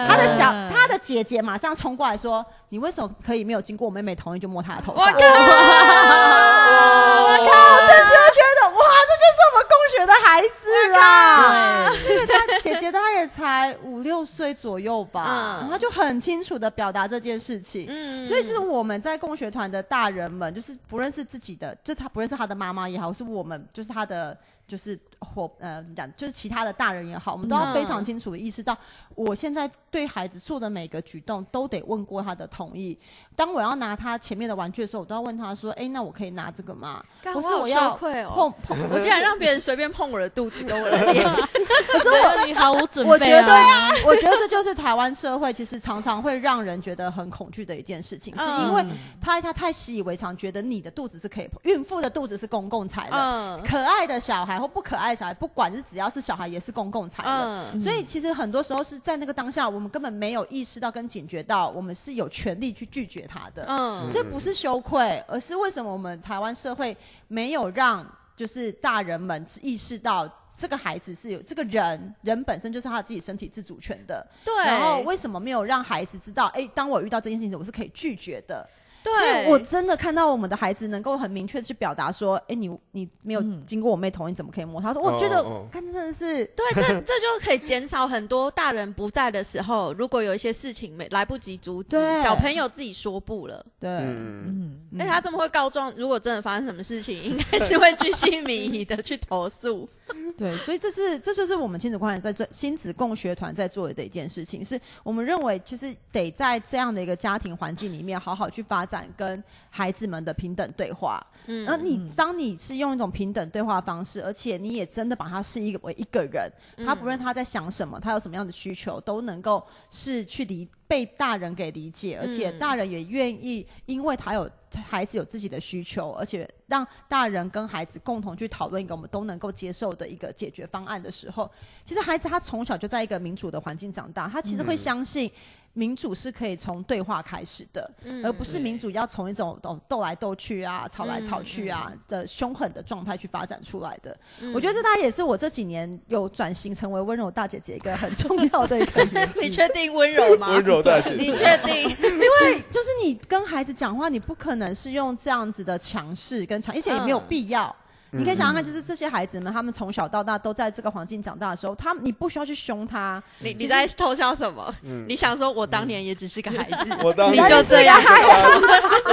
他
他的小他的姐姐马上冲过来说：“你为什么可以没有经过我妹妹同意就摸她的头发？”
我
我
靠
靠！ 我就是觉得哇，这就是我们共学的孩子啊！因为他姐姐她也才五六岁左右吧，
嗯
然后她就很清楚的表达这件事情。
嗯，
所以就是我们在共学团的大人们，就是不认识自己的，就他不认识他的妈妈也好，是我们就是他的就是伙呃怎么讲，就是其他的大人也好，我们都
嗯
要非常清楚的意识到，我现在对孩子做的每个举动都得问过他的同意。当我要拿他前面的玩具的时候，我都要问他说：“哎，那我可以拿这个吗？”
干
不是
我好
我要
羞愧哦
碰碰，
我竟然让别人随便碰我的肚子跟我的 脸，
可是我你毫无准备，
我觉得，啊，我觉得这就是台湾社会其实常常会让人觉得很恐惧的一件事情，是因为他他太习以为常，觉得你的肚子是可以碰，孕妇的肚子是公共财的。
嗯
可爱的小孩或不可爱的小孩，不管是只要是小孩，也是公共财的。
嗯，
所以其实很多时候是在那个当下，我们根本没有意识到跟警觉到，我们是有权利去拒绝他的。
嗯，
所以不是羞愧，而是为什么我们台湾社会没有让就是大人们意识到这个孩子是有这个人人本身就是他自己身体自主权的，
对。
然后为什么没有让孩子知道，哎、当我遇到这件事情时，我是可以拒绝的。所
对，
以我真的看到我们的孩子能够很明确的去表达说，哎、你你没有经过我妹同意，怎么可以摸他？说我觉得
哦哦哦，
看这真的是。
对，这这就可以减少很多大人不在的时候，如果有一些事情没来不及阻止，
对
小朋友自己说不了。
对，哎
嗯，
嗯，
而且他这么会告状，如果真的发生什么事情，应该是会居心民疑的去投诉。
对，所以这是这就是我们亲子关系在做亲子共学团在做的一件事情，是我们认为其实得在这样的一个家庭环境里面，好好去发展跟孩子们的平等对话。
嗯
而呃你当你是用一种平等对话的方式，而且你也真的把他是一个为一个人，他不论他在想什么，他有什么样的需求，都能够是去理被大人给理解，而且大人也愿意，因为他有孩子有自己的需求，而且让大人跟孩子共同去讨论一个我们都能够接受的一个解决方案的时候，其实孩子他从小就在一个民主的环境长大，他其实会相信。民主是可以从对话开始的，
嗯
而呃不是民主要从一种斗斗来斗去啊、吵来吵去啊的凶狠的状态去发展出来的。
嗯
我觉得这大概也是我这几年有转型成为温柔大姐姐一个很重要的一个 原因。
你确定温柔吗？
温柔大姐
你
姐，
确定？
对，就是你跟孩子讲话，你不可能是用这样子的强势跟强，而且也没有必要。你可以想想看，就是这些孩子们，他们从小到大都在这个环境长大的时候，他们你不需要去凶他，
你你在偷笑什么？你想说我当年也只是个孩子，
嗯
嗯
我当
你
年
就这样，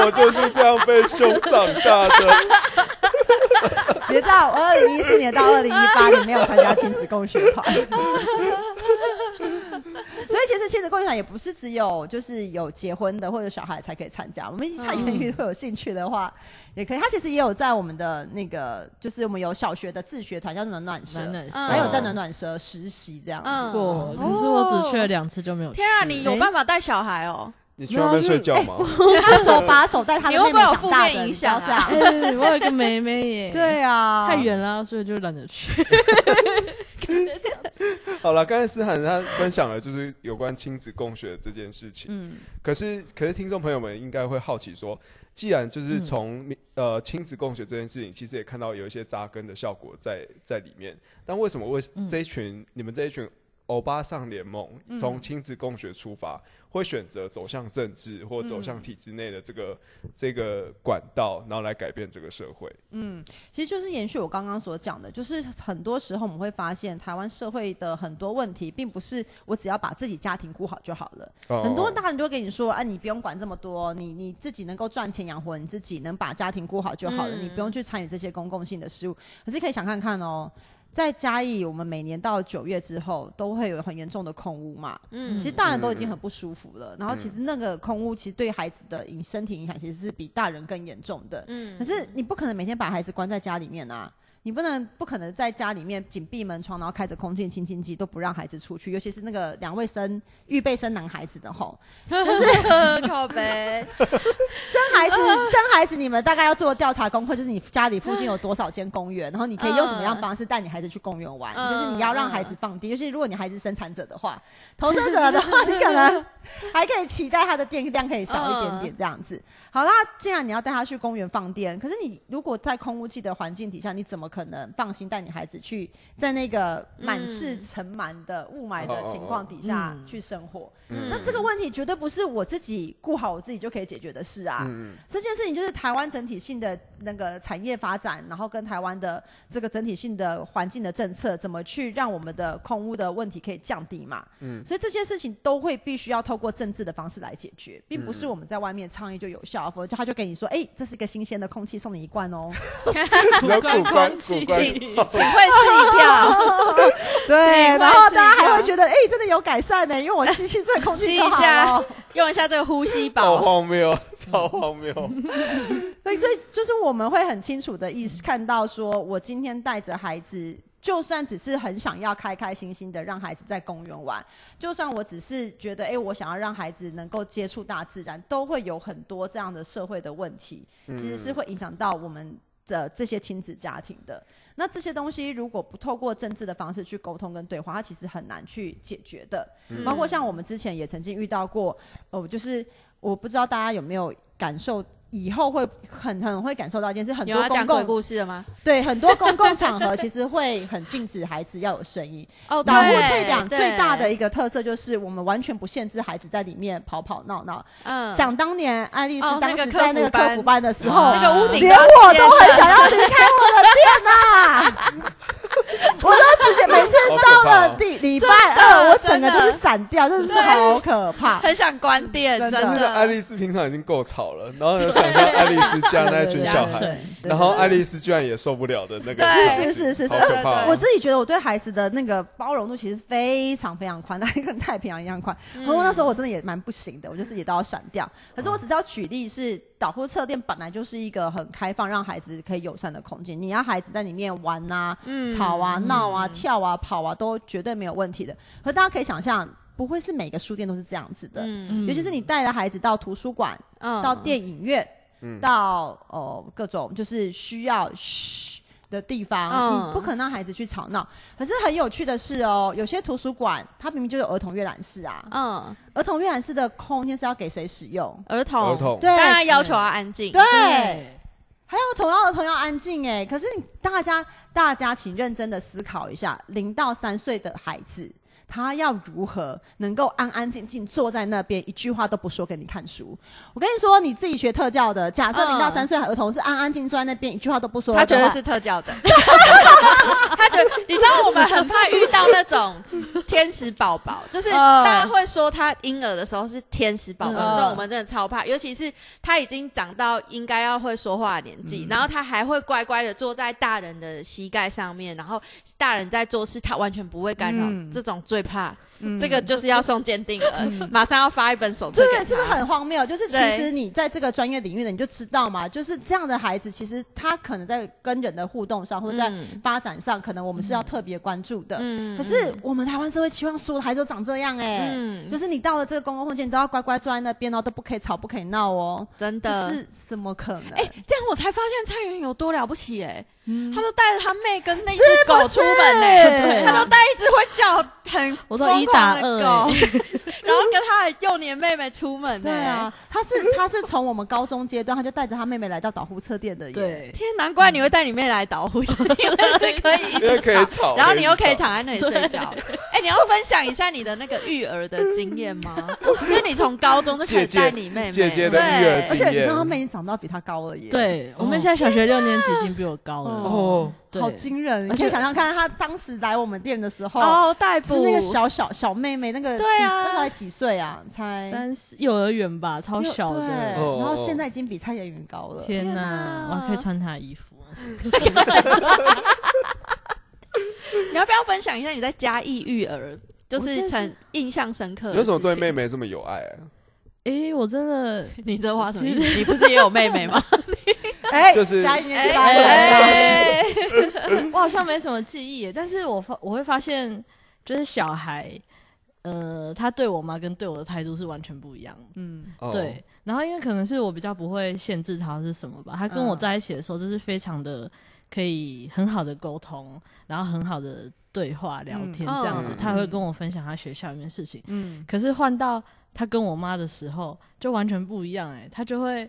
我就是这样被凶长大 的。
别到二零一四年到二零一八年没有参加亲子共学团。所以其实亲子共学团也不是只有就是有结婚的或者小孩才可以参加，我们蔡言语都有兴趣的话也可以。他其实也有在我们的那个，就是我们有小学的自学团叫暖暖社，
暖暖社
还有在暖暖社实习这样子。
嗯
过，可是我只去了两次就没有去。
天啊，你有办法带小孩哦？
你去那边睡觉
哎
吗？
他手把手带他的妹妹
你会不
长
会有负
大
面
的，
影响
你不要
啊
这样。
哎，我有一个妹妹耶，，
对啊，
太远了，所以就懒得去。
好了，刚才思涵他分享了就是有关亲子共学这件事情。
嗯
可是，可是听众朋友们应该会好奇说，既然
嗯
就是从、呃亲子共学这件事情，其实也看到有一些扎根的效果在在里面，但为什么为
嗯
这一群、你们这一群欧巴桑联盟从亲子共学出发，会选择走向政治或
嗯
走向体制内的这个、这个管道，然后来改变这个社会？
嗯，其实就是延续我刚刚所讲的，就是很多时候我们会发现，台湾社会的很多问题，并不是我只要把自己家庭顾好就好了。
哦
很多大人都会跟你说，啊，你不用管这么多，你你自己能够赚钱养活你自己，能把家庭顾好就好了，
嗯
你不用去参与这些公共性的事务。可是可以想看看哦。在嘉义，我们每年到九月之后，都会有很严重的空屋嘛。
嗯
其实大人都已经很不舒服了，然后其实那个空屋其实对孩子的影身体影响，其实是比大人更严重的。
嗯
可是你不可能每天把孩子关在家里面啊，你不能不可能在家里面紧闭门窗，然后开着空气清新机都不让孩子出去，尤其是那个两位生预备生男孩子的吼，
就是靠背，
生孩子生孩子，你们大概要做的调查功课就是你家里附近有多少间公园，然后你可以用什么样的方式带你孩子去公园玩，
嗯
就是你要让孩子放低，就是如果你孩子生产者的话，投生者的话，你可能还可以期待他的电量可以少一点点这样子。好啦，既然你要带他去公园放电，可是你如果在空污气的环境底下，你怎么可能放心带你孩子去在那个满是尘螨的雾霾的情况底下
嗯
去生活？
嗯
那这个问题绝对不是我自己顾好我自己就可以解决的事啊！
嗯
这件事情就是台湾整体性的那个产业发展，然后跟台湾的这个整体性的环境的政策，怎么去让我们的空污的问题可以降低嘛？
嗯
嗯，所以这件事情都会必须要透过政治的方式来解决，并不是我们在外面倡议就有效，否则他就跟你说，哎、这是一个新鲜的空气，送你一 罐哦。
你要古关
空气
古关
清
请会试一票，
对，
对
然后
罐子
大家
一
还
样
会觉得，哎、真的有改善呢，因为我吸吸这个空
吸
气
一
就好啊
下
啊
了。
用一下这个呼吸宝。
好荒谬，超荒谬。
对，所以就是我们会很清楚的意识看到说，我今天带着孩子，就算只是很想要开开心心的让孩子在公园玩，就算我只是觉得，哎、我想要让孩子能够接触大自然，都会有很多这样的社会的问题，其实是会影响到我们的这些亲子家庭的。那这些东西如果不透过政治的方式去沟通跟对话，它其实很难去解决的。包括像我们之前也曾经遇到过，哦，就是我不知道大家有没有感受，以后会很很会感受到一件事，
哦
很
有要
多
讲
公
鬼
共
故事的吗？
对很多公共场合 其实会很禁止孩子要有声音。
哦，
老挝
对
翠港
对
最大的一个特色就是我们完全不限制孩子在里面跑跑闹闹。
嗯
想当年爱丽
哦
丝当
那个
时
客
在那
服
个客
班哦
服班的时候，
那个屋顶
连
要
我
掀
都很
的
想要离开我的店呐、我都事情，每次
好
到
可怕
了
哦
第礼拜
真
二，
的
我整个就是
真的
闪掉，真的是好可 怕。
很想关店，真
真的
就是
的。
爱丽丝平常已经够吵了，然后又想到爱丽丝家那群小
对
孩，
对
然后爱丽丝居然也受不了的那个
对
情景，
是是是是
好可怕
对
哦。
对
我自己觉得我对孩子的那个包容度其实非常非常宽 大，跟太平洋一样宽。
嗯
然后那时候我真的也蛮不行的，我就是也都要闪掉。可是我只是要举例是，导或测店本来就是一个很开放，让孩子可以友善的空间。你让孩子在里面玩啊、
嗯
吵啊、闹啊、跳啊、跑啊，都绝对没有问题的。可大家可以想象，不会是每个书店都是这样子的，
嗯
尤其是你带着孩子到图书馆、
嗯
到电影院、
嗯
到呃各种就是需要嘘的地方，
嗯
你不可能让孩子去吵闹。可是很有趣的是哦，有些图书馆它明明就有儿童阅览室啊，
嗯，
儿童阅览室的空间是要给谁使用？
儿童
儿童
对，
当然要求要安静。
对。
哎
对
还有同样儿童要安静哎，可是你大家大家请认真的思考一下，零到三岁的孩子，他要如何能够安安静静坐在那边，一句话都不说给你看书？我跟你说，你自己学特教的，假设
嗯
零到三岁儿童是安安静静坐在那边，一句话都不说的话，
他觉得是特教 的， 他觉得你知道我们很怕遇到那种天使宝宝，就是
嗯
大家会说他婴儿的时候是天使宝宝，
嗯
那我们真的超怕，尤其是他已经长到应该要会说话的年
嗯
纪，然后他还会乖乖的坐在大人的膝盖上面，然后大人在做事，他完全不会干扰，
嗯
这种最怕，这个就是要送鉴定了，马上要发一本手册给
对，
他，
是不是很荒谬？就是其
对
实你在这个专业领域的，你就知道嘛，就是这样的孩子，其实他可能在跟人的互动上，或者在
嗯
发展上，可能我们是要特别关注的。
嗯
可是我们台湾社会期望所有的孩子都长这样哎、
嗯
就是你到了这个公共空间，你都要乖乖坐在那边哦，都不可以吵，不可以闹哦，
真
这
的
是怎么可能？
哎、这样我才发现蔡元有多了不起哎、他都带着他妹跟那只狗出门哎、
对
他都带一只会叫很
我
疯
都一打
狂
二
的狗， 然后跟他的幼年妹妹出门
对
哎、
啊，他是他是从我们高中阶段，他就带着他妹妹来到导护车店的耶。
对，
天，难怪你会带你妹来导护，因为是可以一
因为
直
可以吵
然后
可以
你又可以
吵
躺在那里睡觉。哎、你要分享一下你的那个育儿的经验 吗？就是你从高中就开始
姐姐
带你妹妹，
姐姐的育儿
而
经
且
验
你知道他妹已经长到比他高了耶，，
对，我们现在小学六年级已经比我高了，
哦，
对
好惊人！你
而且
可以想象看，他当时来我们店的时候，
哦，代
是
步
那个小小小妹妹，那个
对啊
几那时候才几岁啊？才
三四幼儿园吧，超
六
小
对
的。
哦
然后现在已经比蔡妍云高了。
天
天
哪
哪，
我还可以穿她的衣服。
你要不要分享一下你在嘉义育儿，就
我
是
真是
曾印象深刻？
有什么对妹？妹这么有爱啊？
诶，哎我真的，
你这话什么意 思？你不是也有妹 妹吗？
哎
就是
嘉莹也
哎
来了。
我好像没什么记忆耶，但是我发我会发现，就是小孩，呃，他对我妈跟对我的态度是完全不一样的。
嗯，
哦，
对，然后因为可能是我比较不会限制他是什么吧，他跟我
嗯
在一起的时候就是非常的可以很好的沟通，然后很好的对话聊
嗯
天这样子，
嗯
他会跟我分享他学校里面的事情。
嗯
可是换到他跟我妈的时候就完全不一样哎、他就会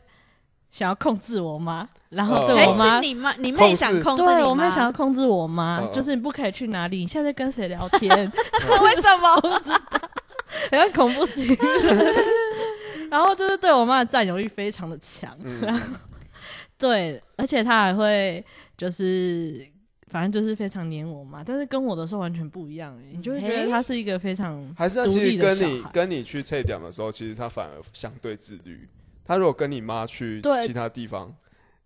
想要控制我妈，然后
哦
对
哎，
我妈
是。你妈，你
控
妹
制
想控制你
对，
吗
我妹想要控制我妈，
哦
就是你不可以去哪里，你现在在跟谁聊天，
为什
啊
么？
很像恐怖情人。然后就是对我妈的占有欲非常的强，
嗯
然后对，而且她还会就是反正就是非常黏我妈，但是跟我的时候完全不一样，你就会觉得她是一个非常
还是他
独
其
立
实
的
跟
小
你
孩
跟你去测点的时候，其实他反而相对自律。他如果跟你妈去
对
其他地方，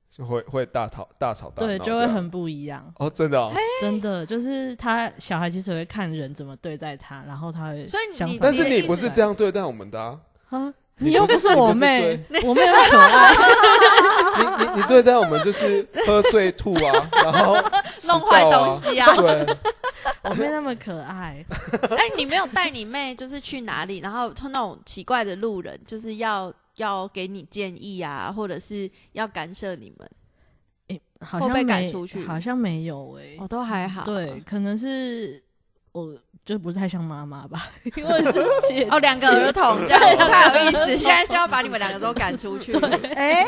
就会会大吵大吵大闹这
对，
样，
就会很不一样，
哦，真的哦。
真的就是她小孩其实会看人怎么对待她，然后她会
所以你
想法
但是
你的意
你
思
不是这样对待我们的啊，
啊，
你
你又
不
不
是
是我
你不是
妹，我妹很可爱，
你你你对待我们就是喝醉吐啊，然后迟到
弄坏东西啊
啊，对，
我妹那么可爱，
哎，你没有带你妹，就是去哪里，然后那种奇怪的路人，就是要要给你建议啊，或者是要干涉你们，
好
会
像
被赶
没
出去
好像没有哎、
我都还好。
对，，可能是我就不太像妈妈吧，因为是姐
哦，两个儿童这样不太好意思，现在是要把你们两个都赶出去。
哎，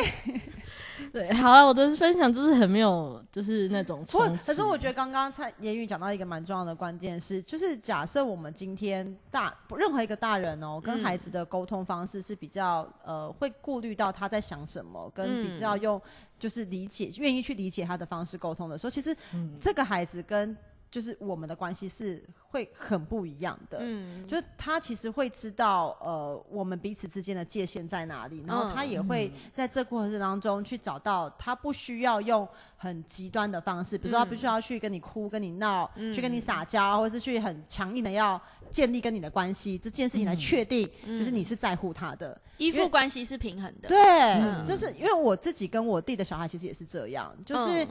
对，好啊，我的分享就是很没有，就是那种
不过
冲，
可是我觉得
得，
刚刚蔡妍宇讲到一个蛮重要的关键是，就是假设我们今天大不任何一个大人哦，跟
嗯
孩子的沟通方式是比较呃会顾虑到他在想什么，跟
嗯
比 较用就是理解愿意去理解他的方式沟通的时候，其实
嗯
这个孩子跟就是我们的关系是会很不一样的。
嗯，
就是他其实会知道，呃，我们彼此之间的界限在哪里，然后他也会在这过程当中去找到，他不需要用很极端的方式，比如说他不需要去跟你哭、跟你闹、去跟你撒娇，或者是去很强硬的要建立跟你的关系这件事情来确定，就是你是在乎他的。
依附关系是平衡的，
对，就是因为我自己跟我弟的小孩其实也是这样，就是。
嗯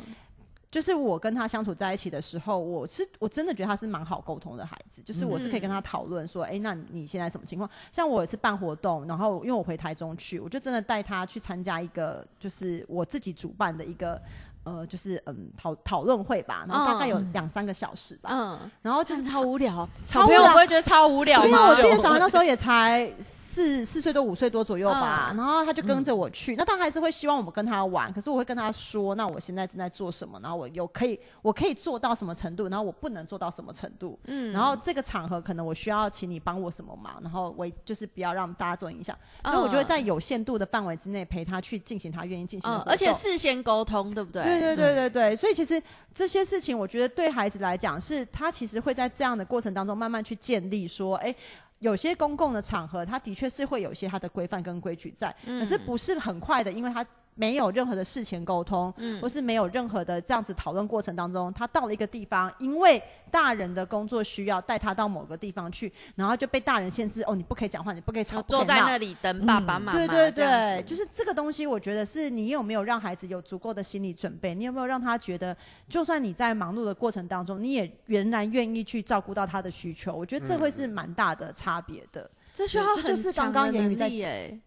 就是我跟他相处在一起的时候，我是我真的觉得他是蛮好沟通的孩子，就是我是可以跟他讨论说，哎、那你现在什么情况？像我也是办活动，然后因为我回台中去，我就真的带他去参加一个就是我自己主办的一个呃，就是嗯讨讨论会吧，然后大概有两三个小时吧，
嗯，
然后就
就是是超无 聊，
超
小朋友
无聊
不会觉得超无聊
因为我
吗？
弟的小孩那时候也才四四岁多五岁多左右吧，
嗯
然后他就跟着我去。那他还是会希望我们跟他玩，可是我会跟他说，那我现在正在做什么，然后我有可以我可以做到什么程度，然后我不能做到什么程度。
嗯
然后这个场合可能我需要请你帮我什么忙，然后我就是不要让大家做影响，
嗯
所以我就会在有限度的范围之内陪他去进行他愿意进行的
嗯
活，动、
而且事先沟通，对不对？
对对对对对，所以其实这些事情，我觉得对孩子来讲，是他其实会在这样的过程当中慢慢去建立，说，哎。有些公共的场合，他的确是会有一些他的规范跟规矩在，
嗯
可是不是很快的，因为他没有任何的事前沟通，
嗯
或是没有任何的这样子讨论过程当中，他到了一个地方，因为大人的工作需要带他到某个地方去，然后就被大人限制，哦，你不可以讲话，你不可以
然
吵，
后坐
不可以
在
闹
那里等爸爸妈妈，
对对
这样
对，
子
就是这个东西，我觉得是你有没有让孩子有足够的心理准备，你有没有让他觉得，就算你在忙碌的过程当中，你也仍然愿意去照顾到他的需求，我觉得这会
嗯
是蛮大的差别的。
这需要
这
很
就是
强
刚
的
刚言语
能
在
力耶。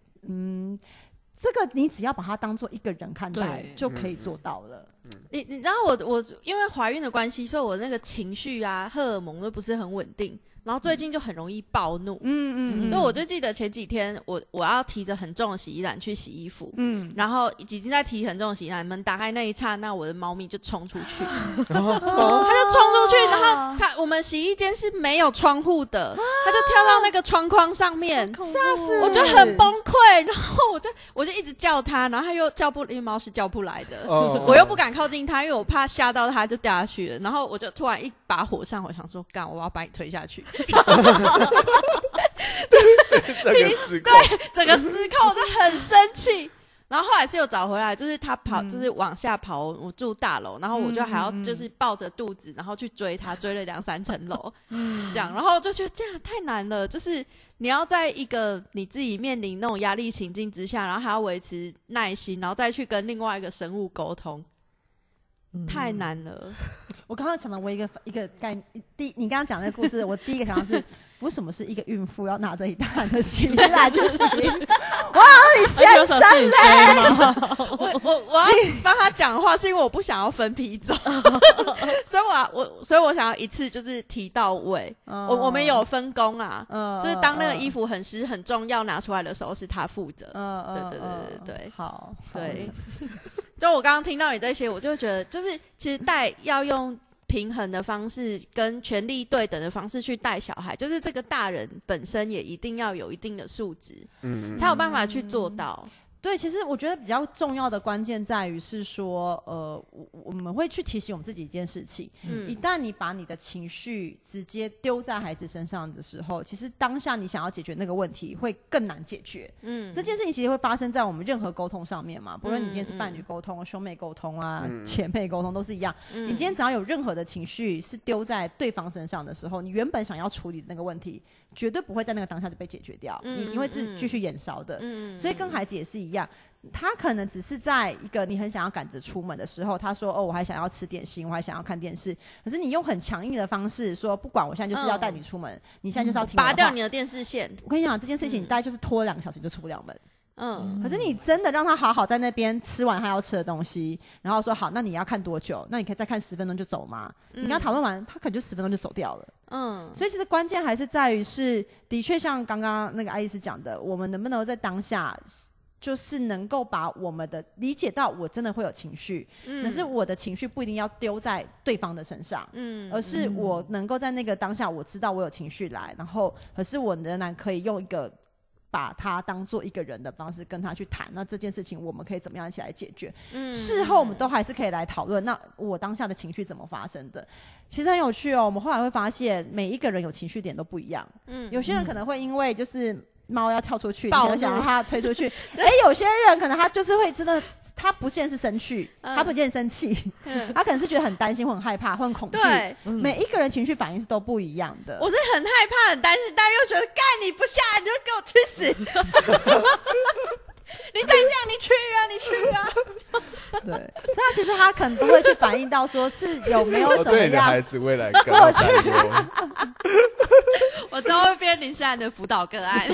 这个你只要把他当做一个人看待
对，
就可以做到了。
你你知道我我因为怀孕的关系，所以我那个情绪啊荷尔蒙都不是很稳定，然后最近就很容易暴怒。
嗯嗯嗯，
所以我就记得前几天我我要提着很重的洗衣篮去洗衣服，
嗯
然后已经在提很重的洗衣篮，门打开那一刹那，我的猫咪就冲出去，它就冲出去，然后它我们洗衣间是没有窗户的，它就跳到那个窗框上面，
嗯吓死
我就很崩溃，然后我就我就一直叫它，然后它又叫不，因为猫是叫不来的，
哦
我又不敢靠近它，因为我怕吓到它就掉下去了。然后我就突然一把火上，我想说干，我要把你推下去，
这个时刻，
整个失控，我就很生气。然后后来是有找回来，就是他跑，就是往下跑。我住大楼，然后我就还要就是抱着肚子，然后去追他，追了两三层楼，
嗯
这样。然后就觉得这样太难了，就是你要在一个你自己面临那种压力情境之下，然后还要维持耐心，然后再去跟另外一个生物沟通，太难了。
我刚刚想到我一个一个概第，你刚刚讲那个故事，我第一个想到是。为什么是一个孕妇要拿着一大的行李来去洗？哇，你 先
而且有
生
什么自己追吗？
我我我要帮他讲的话，是因为我不想要分批走，所以我要我所以我想要一次就是提到位。
嗯
我我们有分工啊，
嗯
就是当那个
嗯
衣服很湿很重要拿出来的时候，是他负责。
嗯嗯，
对对对对对
好，
对， 就我刚刚听到你这些，我就觉得就是其实带要用。平衡的方式跟权力对等的方式去带小孩，就是这个大人本身也一定要有一定的素质，
嗯，
才有办法去做到。
对，其实我觉得比较重要的关键在于是说，呃，我我们会去提醒我们自己一件事情：
嗯
一旦你把你的情绪直接丢在孩子身上的时候，其实当下你想要解决那个问题会更难解决。
嗯
这件事情其实会发生在我们任何沟通上面嘛，不论你今天是伴侣
嗯
沟通、兄妹沟通啊、
嗯
姐妹沟通，都是一样。
嗯
你今天只要有任何的情绪是丢在对方身上的时候，你原本想要处理的那个问题，绝对不会在那个当下就被解决掉，
嗯
你一定会
嗯
继
嗯
继续延烧的。
嗯
所以跟孩子也是一样，他可能只是在一个你很想要赶着出门的时候，他说：“哦，我还想要吃点心，我还想要看电视。”可是你用很强硬的方式说：“不管，我现在就是要带你出门，你现在就是要听我的
嗯拔掉
话
你的电视线，
我跟你讲，这件事情
嗯
你大概就是拖两个小时你就出不了门。
嗯
可是你真的让他好好在那边吃完他要吃的东西，然后说好，那你要看多久？那你可以再看十分钟就走吗？你跟他讨论完，他可能就十分钟就走掉了。
嗯，
所以其实关键还是在于是，的确像刚刚那个爱丽丝讲的，我们能不能够在当下，就是能够把我们的理解到，我真的会有情绪，可是我的情绪不一定要丢在对方的身上。
嗯
而是我能够在那个当下，我知道我有情绪来，然后可是我仍然可以用一个把他当做一个人的方式跟他去谈，那这件事情我们可以怎么样一起来解决？
嗯
事后我们都还是可以来讨论，那我当下的情绪怎么发生的？其实很有趣哦，我们后来会发现每一个人有情绪点都不一样，
嗯
有些人可能会因为就是。猫要跳出去，你
暴
可能想
怒
让它推出 去。哎，有些人可能他就是会真的，他不见是生气，
嗯
他不见生气，
嗯
他可能是觉得很担心、或很害怕、或很恐惧。
对，
嗯
每一个人情绪反应是都不一样的。
嗯我是很害怕、很担心，但又觉得干你不下来，你就给我去死！ 你再这样，你去啊，你去啊！
对，所以他其实他可能都会去反映到说是有没有
我
什
哦
么
对你的
样
孩子未来感到担 忧。
我之后会变林珊的辅导个 案。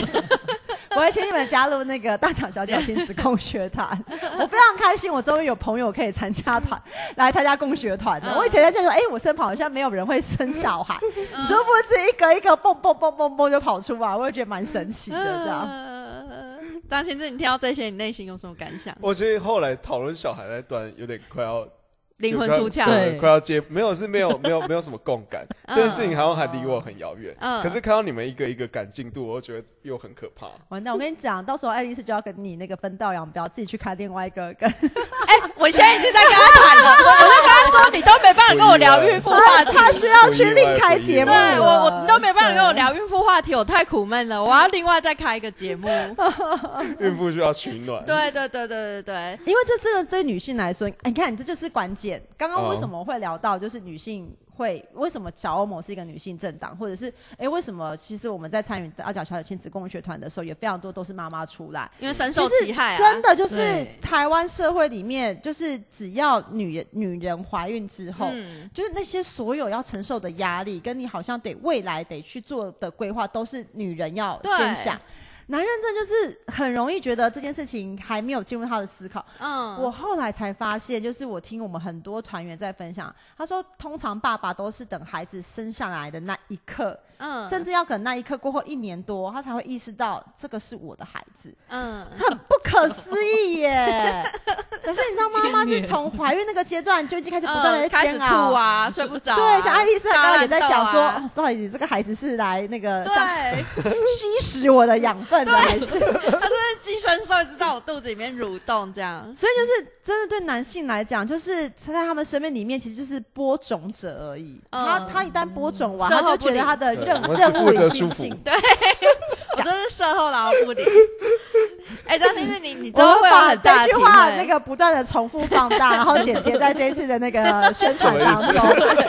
我也请你们加入那个大奖小姐亲子共学团， 我非常开心，我终于有朋友可以参加团， 来参加共学团了。
嗯
我以前在就说，哎、我身旁好像没有人会生小孩， 殊不知一个一个蹦蹦蹦蹦蹦就跑出来，我也觉得蛮神奇的这样。
嗯张先生，你听到这些，你内心有什么感想？
我其实后来讨论小孩那段有点快要
灵魂
快
出窍
对
对
快要接没有是没有没有没有什么共感，
嗯
这件事情好像还离我很遥远。
嗯
可是看到你们一个一个赶进度，我又觉得又很可怕。
完蛋！我跟你讲，到时候爱丽丝就要跟你那个分道扬镳，自己去开另外一个 跟
哎、我现在已经在跟他谈了，我在跟他说，你都没办法跟我聊孕妇 话题。
他需要去另开节目
对
了。
我，我你都没办法跟我聊孕妇话题，我太苦闷了。我要另外再开一个节目。
孕妇需要取暖，，
嗯对对对对对对，
因为这这个对女性来说，哎你看这就是关键。刚刚为什么会聊到，就是女性会为什么小欧盟是一个女性政党，或者是哎为什么其实我们在参与大脚小姐亲子共学团的时候，也非常多都是妈妈出来。
因为深
其
受
实
其害啊，
真的就是
对
台湾社会里面，就是只要女人女人怀孕之后，
嗯
就是那些所有要承受的压力，跟你好像得未来得去做的规划，都是女人要
对
先想。男人真的就是很容易觉得这件事情还没有进入他的思考。
嗯，
我后来才发现，就是我听我们很多团员在分享，他说，通常爸爸都是等孩子生下来的那一刻，
嗯
甚至要等那一刻过后一年多，他才会意识到这个是我的孩子。
嗯
很不可思议 耶！可是你知道，妈妈是从怀孕那个阶段就已经开始不断的
嗯，开始
煎
吐
熬。
啊，睡不着啊、
对，像爱丽丝刚刚也在讲
大
说，
乱斗啊
哦到底这个孩子是来那个像
对，
吸食我的养分的，还是？
他说寄生兽一直在我肚子里面蠕动，这样。
所以就是真的对男性来讲，就是他在他们生命里面其实就是播种者而已。
嗯
他他一旦播种完，
售
他
后
就
不
觉
理
得他的
对
任
我只
任务
负责
已
舒
经
服
尽
对，我真是售后劳不理。哎、张先生，你你之
我
后
们
会有
把
很大
这
的
句
体
话
会
那个不断的重复放大，然后姐姐在这一次的那个宣传当
什
中，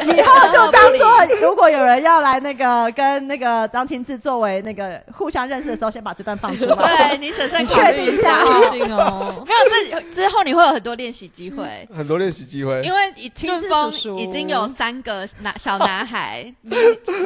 以后就当做如果有人要来那个跟那个张清志作为那个互相认识的时候，先把这段放出来。
对你审慎
你
考
确
虑
定一
下
下。
确定哦，
没有，这里之后你会有很多练习机会。
很多练习机会。
因为以
亲
顺
自
丰
叔叔
已经有三个男小男孩，明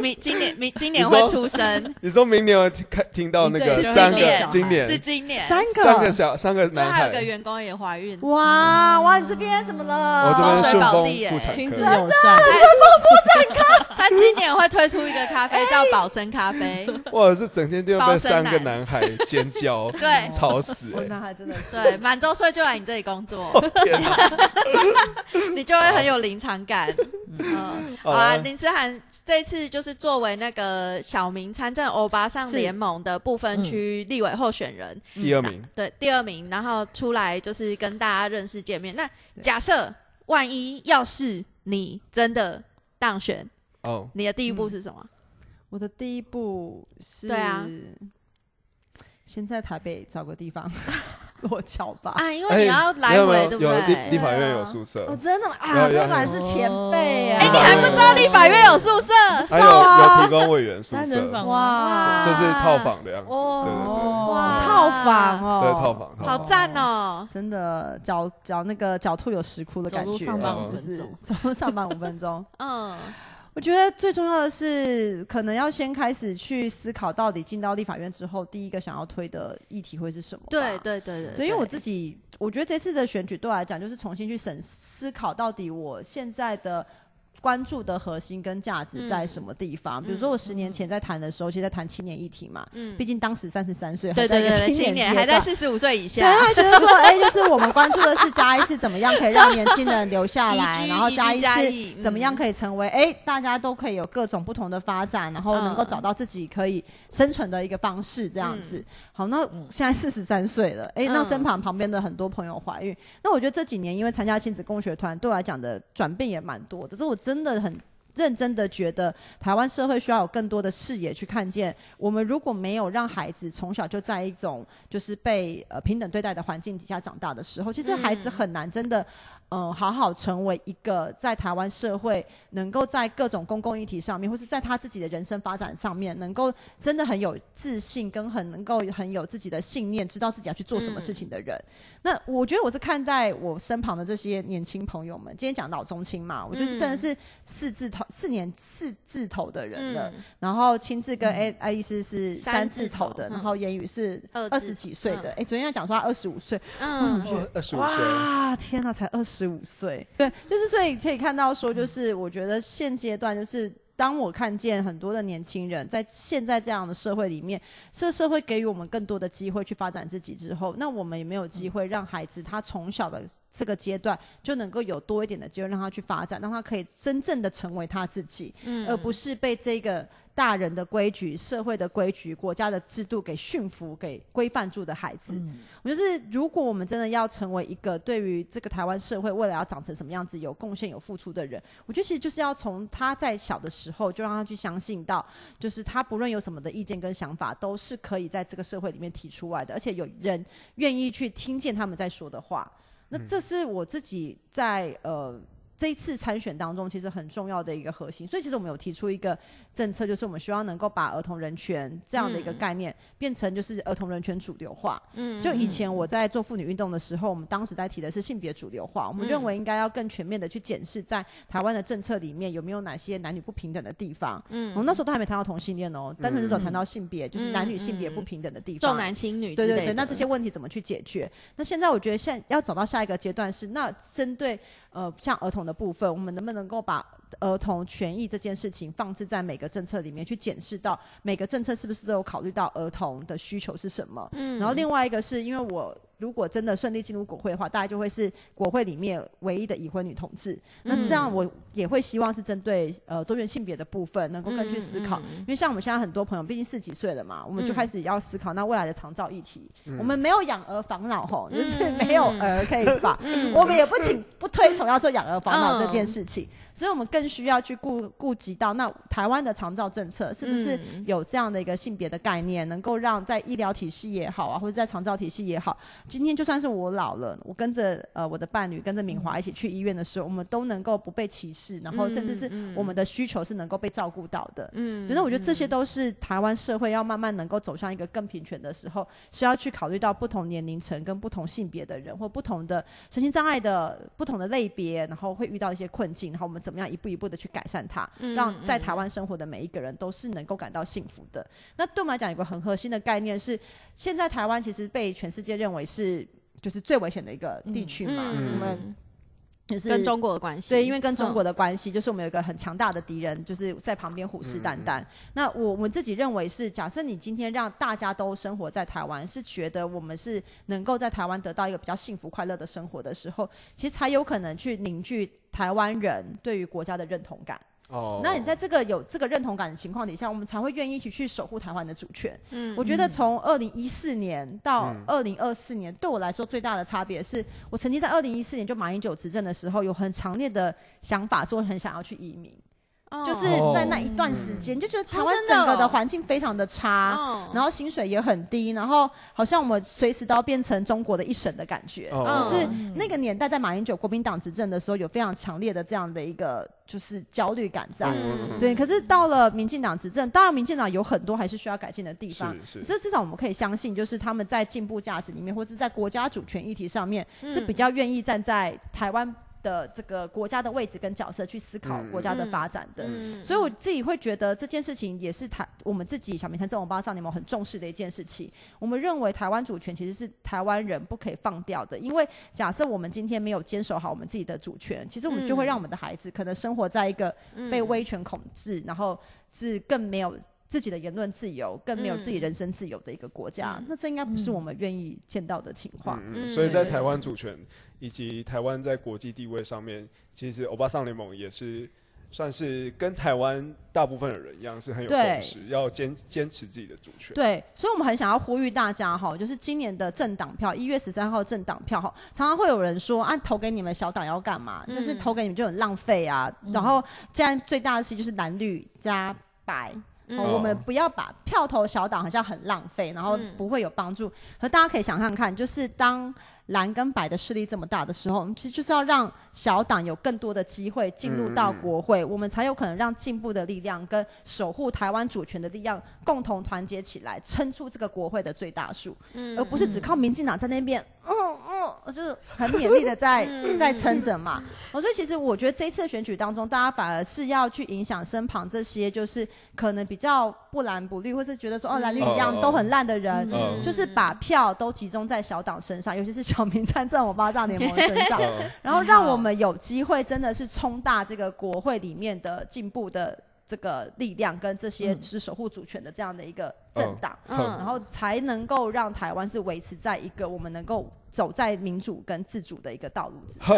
明今年明今年
你说
会出生，
你说明年我听看听到那个
对
三
今
个
年，
今
是
年
今年。
三个，
三个小三个
所以
男
还有个
孩，
员工也怀孕，
哇哇，你这边怎么了？
我这边
是
顺
哦宝
丰
地耶
妇产
亲子
科，
友善，
他今年会推出一个咖啡叫宝生咖啡，
哇，这整天都要被
包生
三
男
个男孩尖叫，
对
吵死
我
欸！
男孩哦真的是
对，满周岁就来你这里工作，
天哪，
你就会很有临场感。嗯，好啊，
好啊
林思涵这次就是作为那个小明参政欧巴上
是
联盟的不分区立委候选人，
第二名，
对第二名，然后出来就是跟大家认识见面。那假设万一要是你真的当选，
哦，
你的第一步是什么？
我的第一步是，
对啊，
先在台北找个地 方落脚吧。
啊，因为你要来
没
回，
哎有
对不
没有有立立
对？
法院有
对啊
宿舍
哦，，真的吗？
有
啊，
有
真的是前辈
哦
啊！
哎，你还不知道立法院有宿舍？
还有有提供委员宿
三人
舍，
房
哇，
就是套房的样子，
哦
对对对。
哇，
对
套房哦，
对，套，房，套
好
房。
赞哦！
真的脚脚那个狡兔有食窟的感
走路
觉，
上
班
嗯
五
分钟
就是走路上班五分钟。
嗯，
我觉得最重要的是，可能要先开始去思考，到底进到立法院之后，第一个想要推的议题会是什么吧？
对对对对，
对，因为我自
己
己，我觉得这次的选举对我来讲，就是重新去审思考，到底我现在的关注的核心跟价值
嗯
在什么地方。比如说我十年前在谈的时候，其实在谈青年议题嘛，
嗯
毕，竟当时三十三岁，
对对对对，青
年
年
阶
还在
段
四十五岁以
对，他
下，
还觉得说，哎、就是我们关注的是嘉义是怎么样可以让年轻人留下
宜
来，
居
然后
宜居
嘉义
嘉
是
义
怎么样
嗯
可以成为，哎、大家都可以有各种不同的发展，然后能够
嗯
找到自己可以生存的一个方式，这样子。好，那现在四十三岁了，哎、那
嗯
身旁旁边的很多朋友怀孕，那我觉得这几年因为参加亲子共学团，对我来讲的转变也蛮多的，所以我真的很。认真的觉得，台湾社会需要有更多的视野去看见，我们如果没有让孩子从小就在一种就是被呃平等对待的环境底下长大的时候，其实孩
嗯
子很难真的。嗯，好好成为一个在台湾社会能够在各种公共议题上面，或是在他自己的人生发展上面，能够真的很有自信，跟很能够很有自己的信念，知道自己要去做什么事情的人。那我觉得我是看待我身旁的这些年轻朋友们，今天讲老中青嘛，我就是真的
嗯
是四字头、四年四字头的人了。
嗯
然后亲自跟哎爱爱丽丝是
三
三
字
字头
头
的，
嗯
然后言语是
二
二
字
十几岁的。
嗯
哎，昨天讲说他二十五岁，
嗯，
二十五岁，
哇，天哪，才二十五岁。对，就是所以可以看到说，就是我觉得现阶段就是。当我看见很多的年轻人在现在这样的社会里面，这社会给予我们更多的机会去发展自己之后，那我们也没有机会让孩子他从小的这个阶段就能够有多一点的机会让他去发展，让他可以真正的成为他自己。
嗯
而不是被这个大人的规矩、社会的规矩、国家的制度给驯服、给规范住的孩子。我就是，如果我们真的要成为一个对于这个台湾社会未来要长成什么样子有贡献、有付出的人，我觉得其实就是要从他在小的时候就让他去相信到，就是他不论有什么的意见跟想法，都是可以在这个社会里面提出来的，而且有人愿意去听见他们在说的话。那这是我自己在呃这一次参选当中，其实很重要的一个核心。所以其实我们有提出一个政策，就是我们希望能够把儿童人权这样的一个
嗯
概念，变成就是儿童人权主流化。
嗯
就以前我在做妇女运动的时候，我们当时在提的是性别主流化，我们认
嗯
为应该要更全面的去检视在台湾的政策里面有没有哪些男女不平等的地方。
嗯
哦我那时候都还没谈到同性恋哦，单纯是有谈到性别，就是男女
嗯
性别不平等的地方。
重男轻女之
对
类的，
对对，那这些问题怎么去解决？那现在我觉得现在要走到下一个阶段是，那针对呃像儿童的部分，我们能不能够把儿童权益这件事情放置在每个政策里面，去检视到每个政策是不是都有考虑到儿童的需求是什么？
嗯
然后另外一个是因为我如果真的顺利进入国会的话，大概就会是国会里面唯一的已婚女同志。那
嗯
这样我也会希望是针对呃多元性别的部分，能够更去思考。因为像我们现在很多朋友，毕竟四十几岁了嘛，我们就
嗯
开始要思考那未来的长照议题。我们没有养儿防老吼，
嗯
就是没有儿可以 防，我们也不请不推崇要做养儿防老这件
嗯
事情，所以我们更需要去顾顾及到那台湾的长照政策是不是
嗯
有这样的一个性别的概念，能够让在医疗体系也好啊，或者在长照体系也好，今天就算是我老了，我跟着呃我的伴侣跟着敏华一起去医院的时候，我们都能够不被歧视，然后甚至是我们的需求是能够被照顾到的。
嗯，
那我觉得这些都是台湾社会要慢慢能够走向一个更平权的时候，需要去考虑到不同年龄层跟不同性别的人，或不同的身心障碍的不同的类别，然后会遇到一些困境，然后我们怎么样一步一步的去改善它，
嗯
让在台湾生活的每一个人都是能够感到幸福的。那对我们来讲，有个很核心的概念是，现在台湾其实被全世界认为是就是最危险的一个地区嘛，
嗯
我们就是
跟中国的关系，
对，因为跟中国
嗯
的关系，就是我们有一个很强大的敌人，就是在旁边虎视眈眈。那我我们自己认为是，假设你今天让大家都生活在台湾，是觉得我们是能够在台湾得到一个比较幸福快乐的生活的时候，其实才有可能去凝聚台湾人对于国家的认同感。
哦
那你在这个有这个认同感的情况底下，我们才会愿意一起去守护台湾的主权。
嗯
我觉得从二零一四年到
嗯
二零二四年，对我来说最大的差别是，我曾经在二零一四年就马英九执政的时候，有很强烈的想法，说很想要去移民，就是在那一段时间，就觉得台湾
哦真的哦
整个的环境非常的差，
哦
啊然后薪水也很低，然后好像我们随时都要变成中国的一省的感觉。
哦
就是
嗯
那个年代，在马英九国民党执政的时候，有非常强烈的这样的一个就是焦虑感在。
嗯
对，可是到了民进党执政，当然民进党有很多还是需要改进的地方，
是
所以至少我们可以相信，就是他们在进步价值里面，或是在国家主权议题上面，
嗯
是比较愿意站在台湾。的这个国家的位置跟角色去思考
嗯
国家的发展的。
嗯
所以我自己会觉得这件事情也是台我们自己小明城这种巴上联盟很重视的一件事情。我们认为台湾主权其实是台湾人不可以放掉的，因为假设我们今天没有坚守好我们自己的主权，其实我们就会
嗯
让我们的孩子可能生活在一个被威权控制，然后是更没有。自己的言论自由，更没有自
嗯
己人身自由的一个国家，
嗯
那这应该不是我们愿意见到的情况。
嗯
嗯
嗯，所以在台湾主权以及台湾在国际地位上面，其实欧巴桑联盟也是算是跟台湾大部分的人一样，是很有
对
共识，要坚坚持自己的主权。
对，所以我们很想要呼吁大家哈，就是今年的政党票，一月十三号政党票哈，常常会有人说啊，投给你们小党要干嘛？就是
嗯
投给你们就很浪费啊。然后现在最大的事就是蓝绿加白。
嗯
哦我们不要把票投小党，好像很浪费，然后
嗯
不会有帮助。可大家可以想想看，就是当蓝跟白的势力这么大的时候，其实就是要让小党有更多的机会进入到国会，我们才有可能让进步的力量跟守护台湾主权的力量共同团结起来，撑出这个国会的最大数，
嗯
而不是只靠民进党在那边，嗯嗯，就是很勉力的在
嗯
在撑着嘛。哦，所以其实我觉得这一次的选举当中，大家反而是要去影响身旁这些就是可能比较不蓝不绿，或是觉得说
嗯
哦蓝绿一样
哦
都很烂的人，
嗯
就是把票都集中在小党身上，尤其是小民参政我巴掌 联盟身上，
嗯
然后让我们有机会真的是冲大这个国会里面的进步的这个力量，跟这些是守护主权的这样的一个政党。
嗯
然后才能够让台湾是维持在一个我们能够走在民主跟自主的一个道路之上。
好，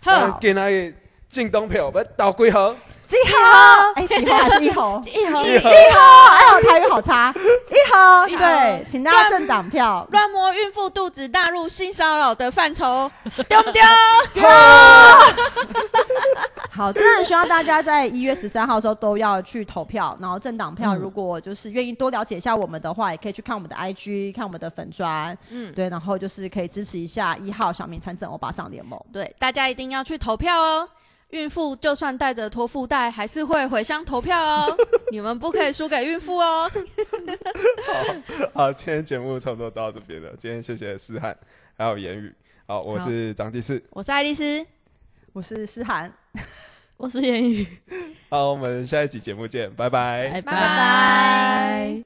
好
嗯
咱今仔日进东票，不倒几号？
几号？哎，几号还是一号？
一号
一号
哎呦，台语好差，一号。
一号
对，请大家政党票。
乱摸孕妇肚子纳入性骚扰的范畴，丢 不丢？
好，真的希望大家在一月十三号的时候都要去投票。然后政党票，
嗯
如果就是愿意多了解一下我们的话，也可以去看我们的 IG，看我们的粉砖。
嗯，
对，然后就是可以支持一下一号小明参政欧巴桑联盟。
对，大家一定要去投票哦。孕妇就算带着托腹带，还是会回乡投票 哦。你们不可以输给孕妇哦。
好，今天节目差不多到这边了。今天谢谢思翰还有言语。好，我
好
是张继士。
我是爱丽丝，
我是诗涵，
我是言语，
好，我们下一集节目见，拜拜。
拜
拜拜。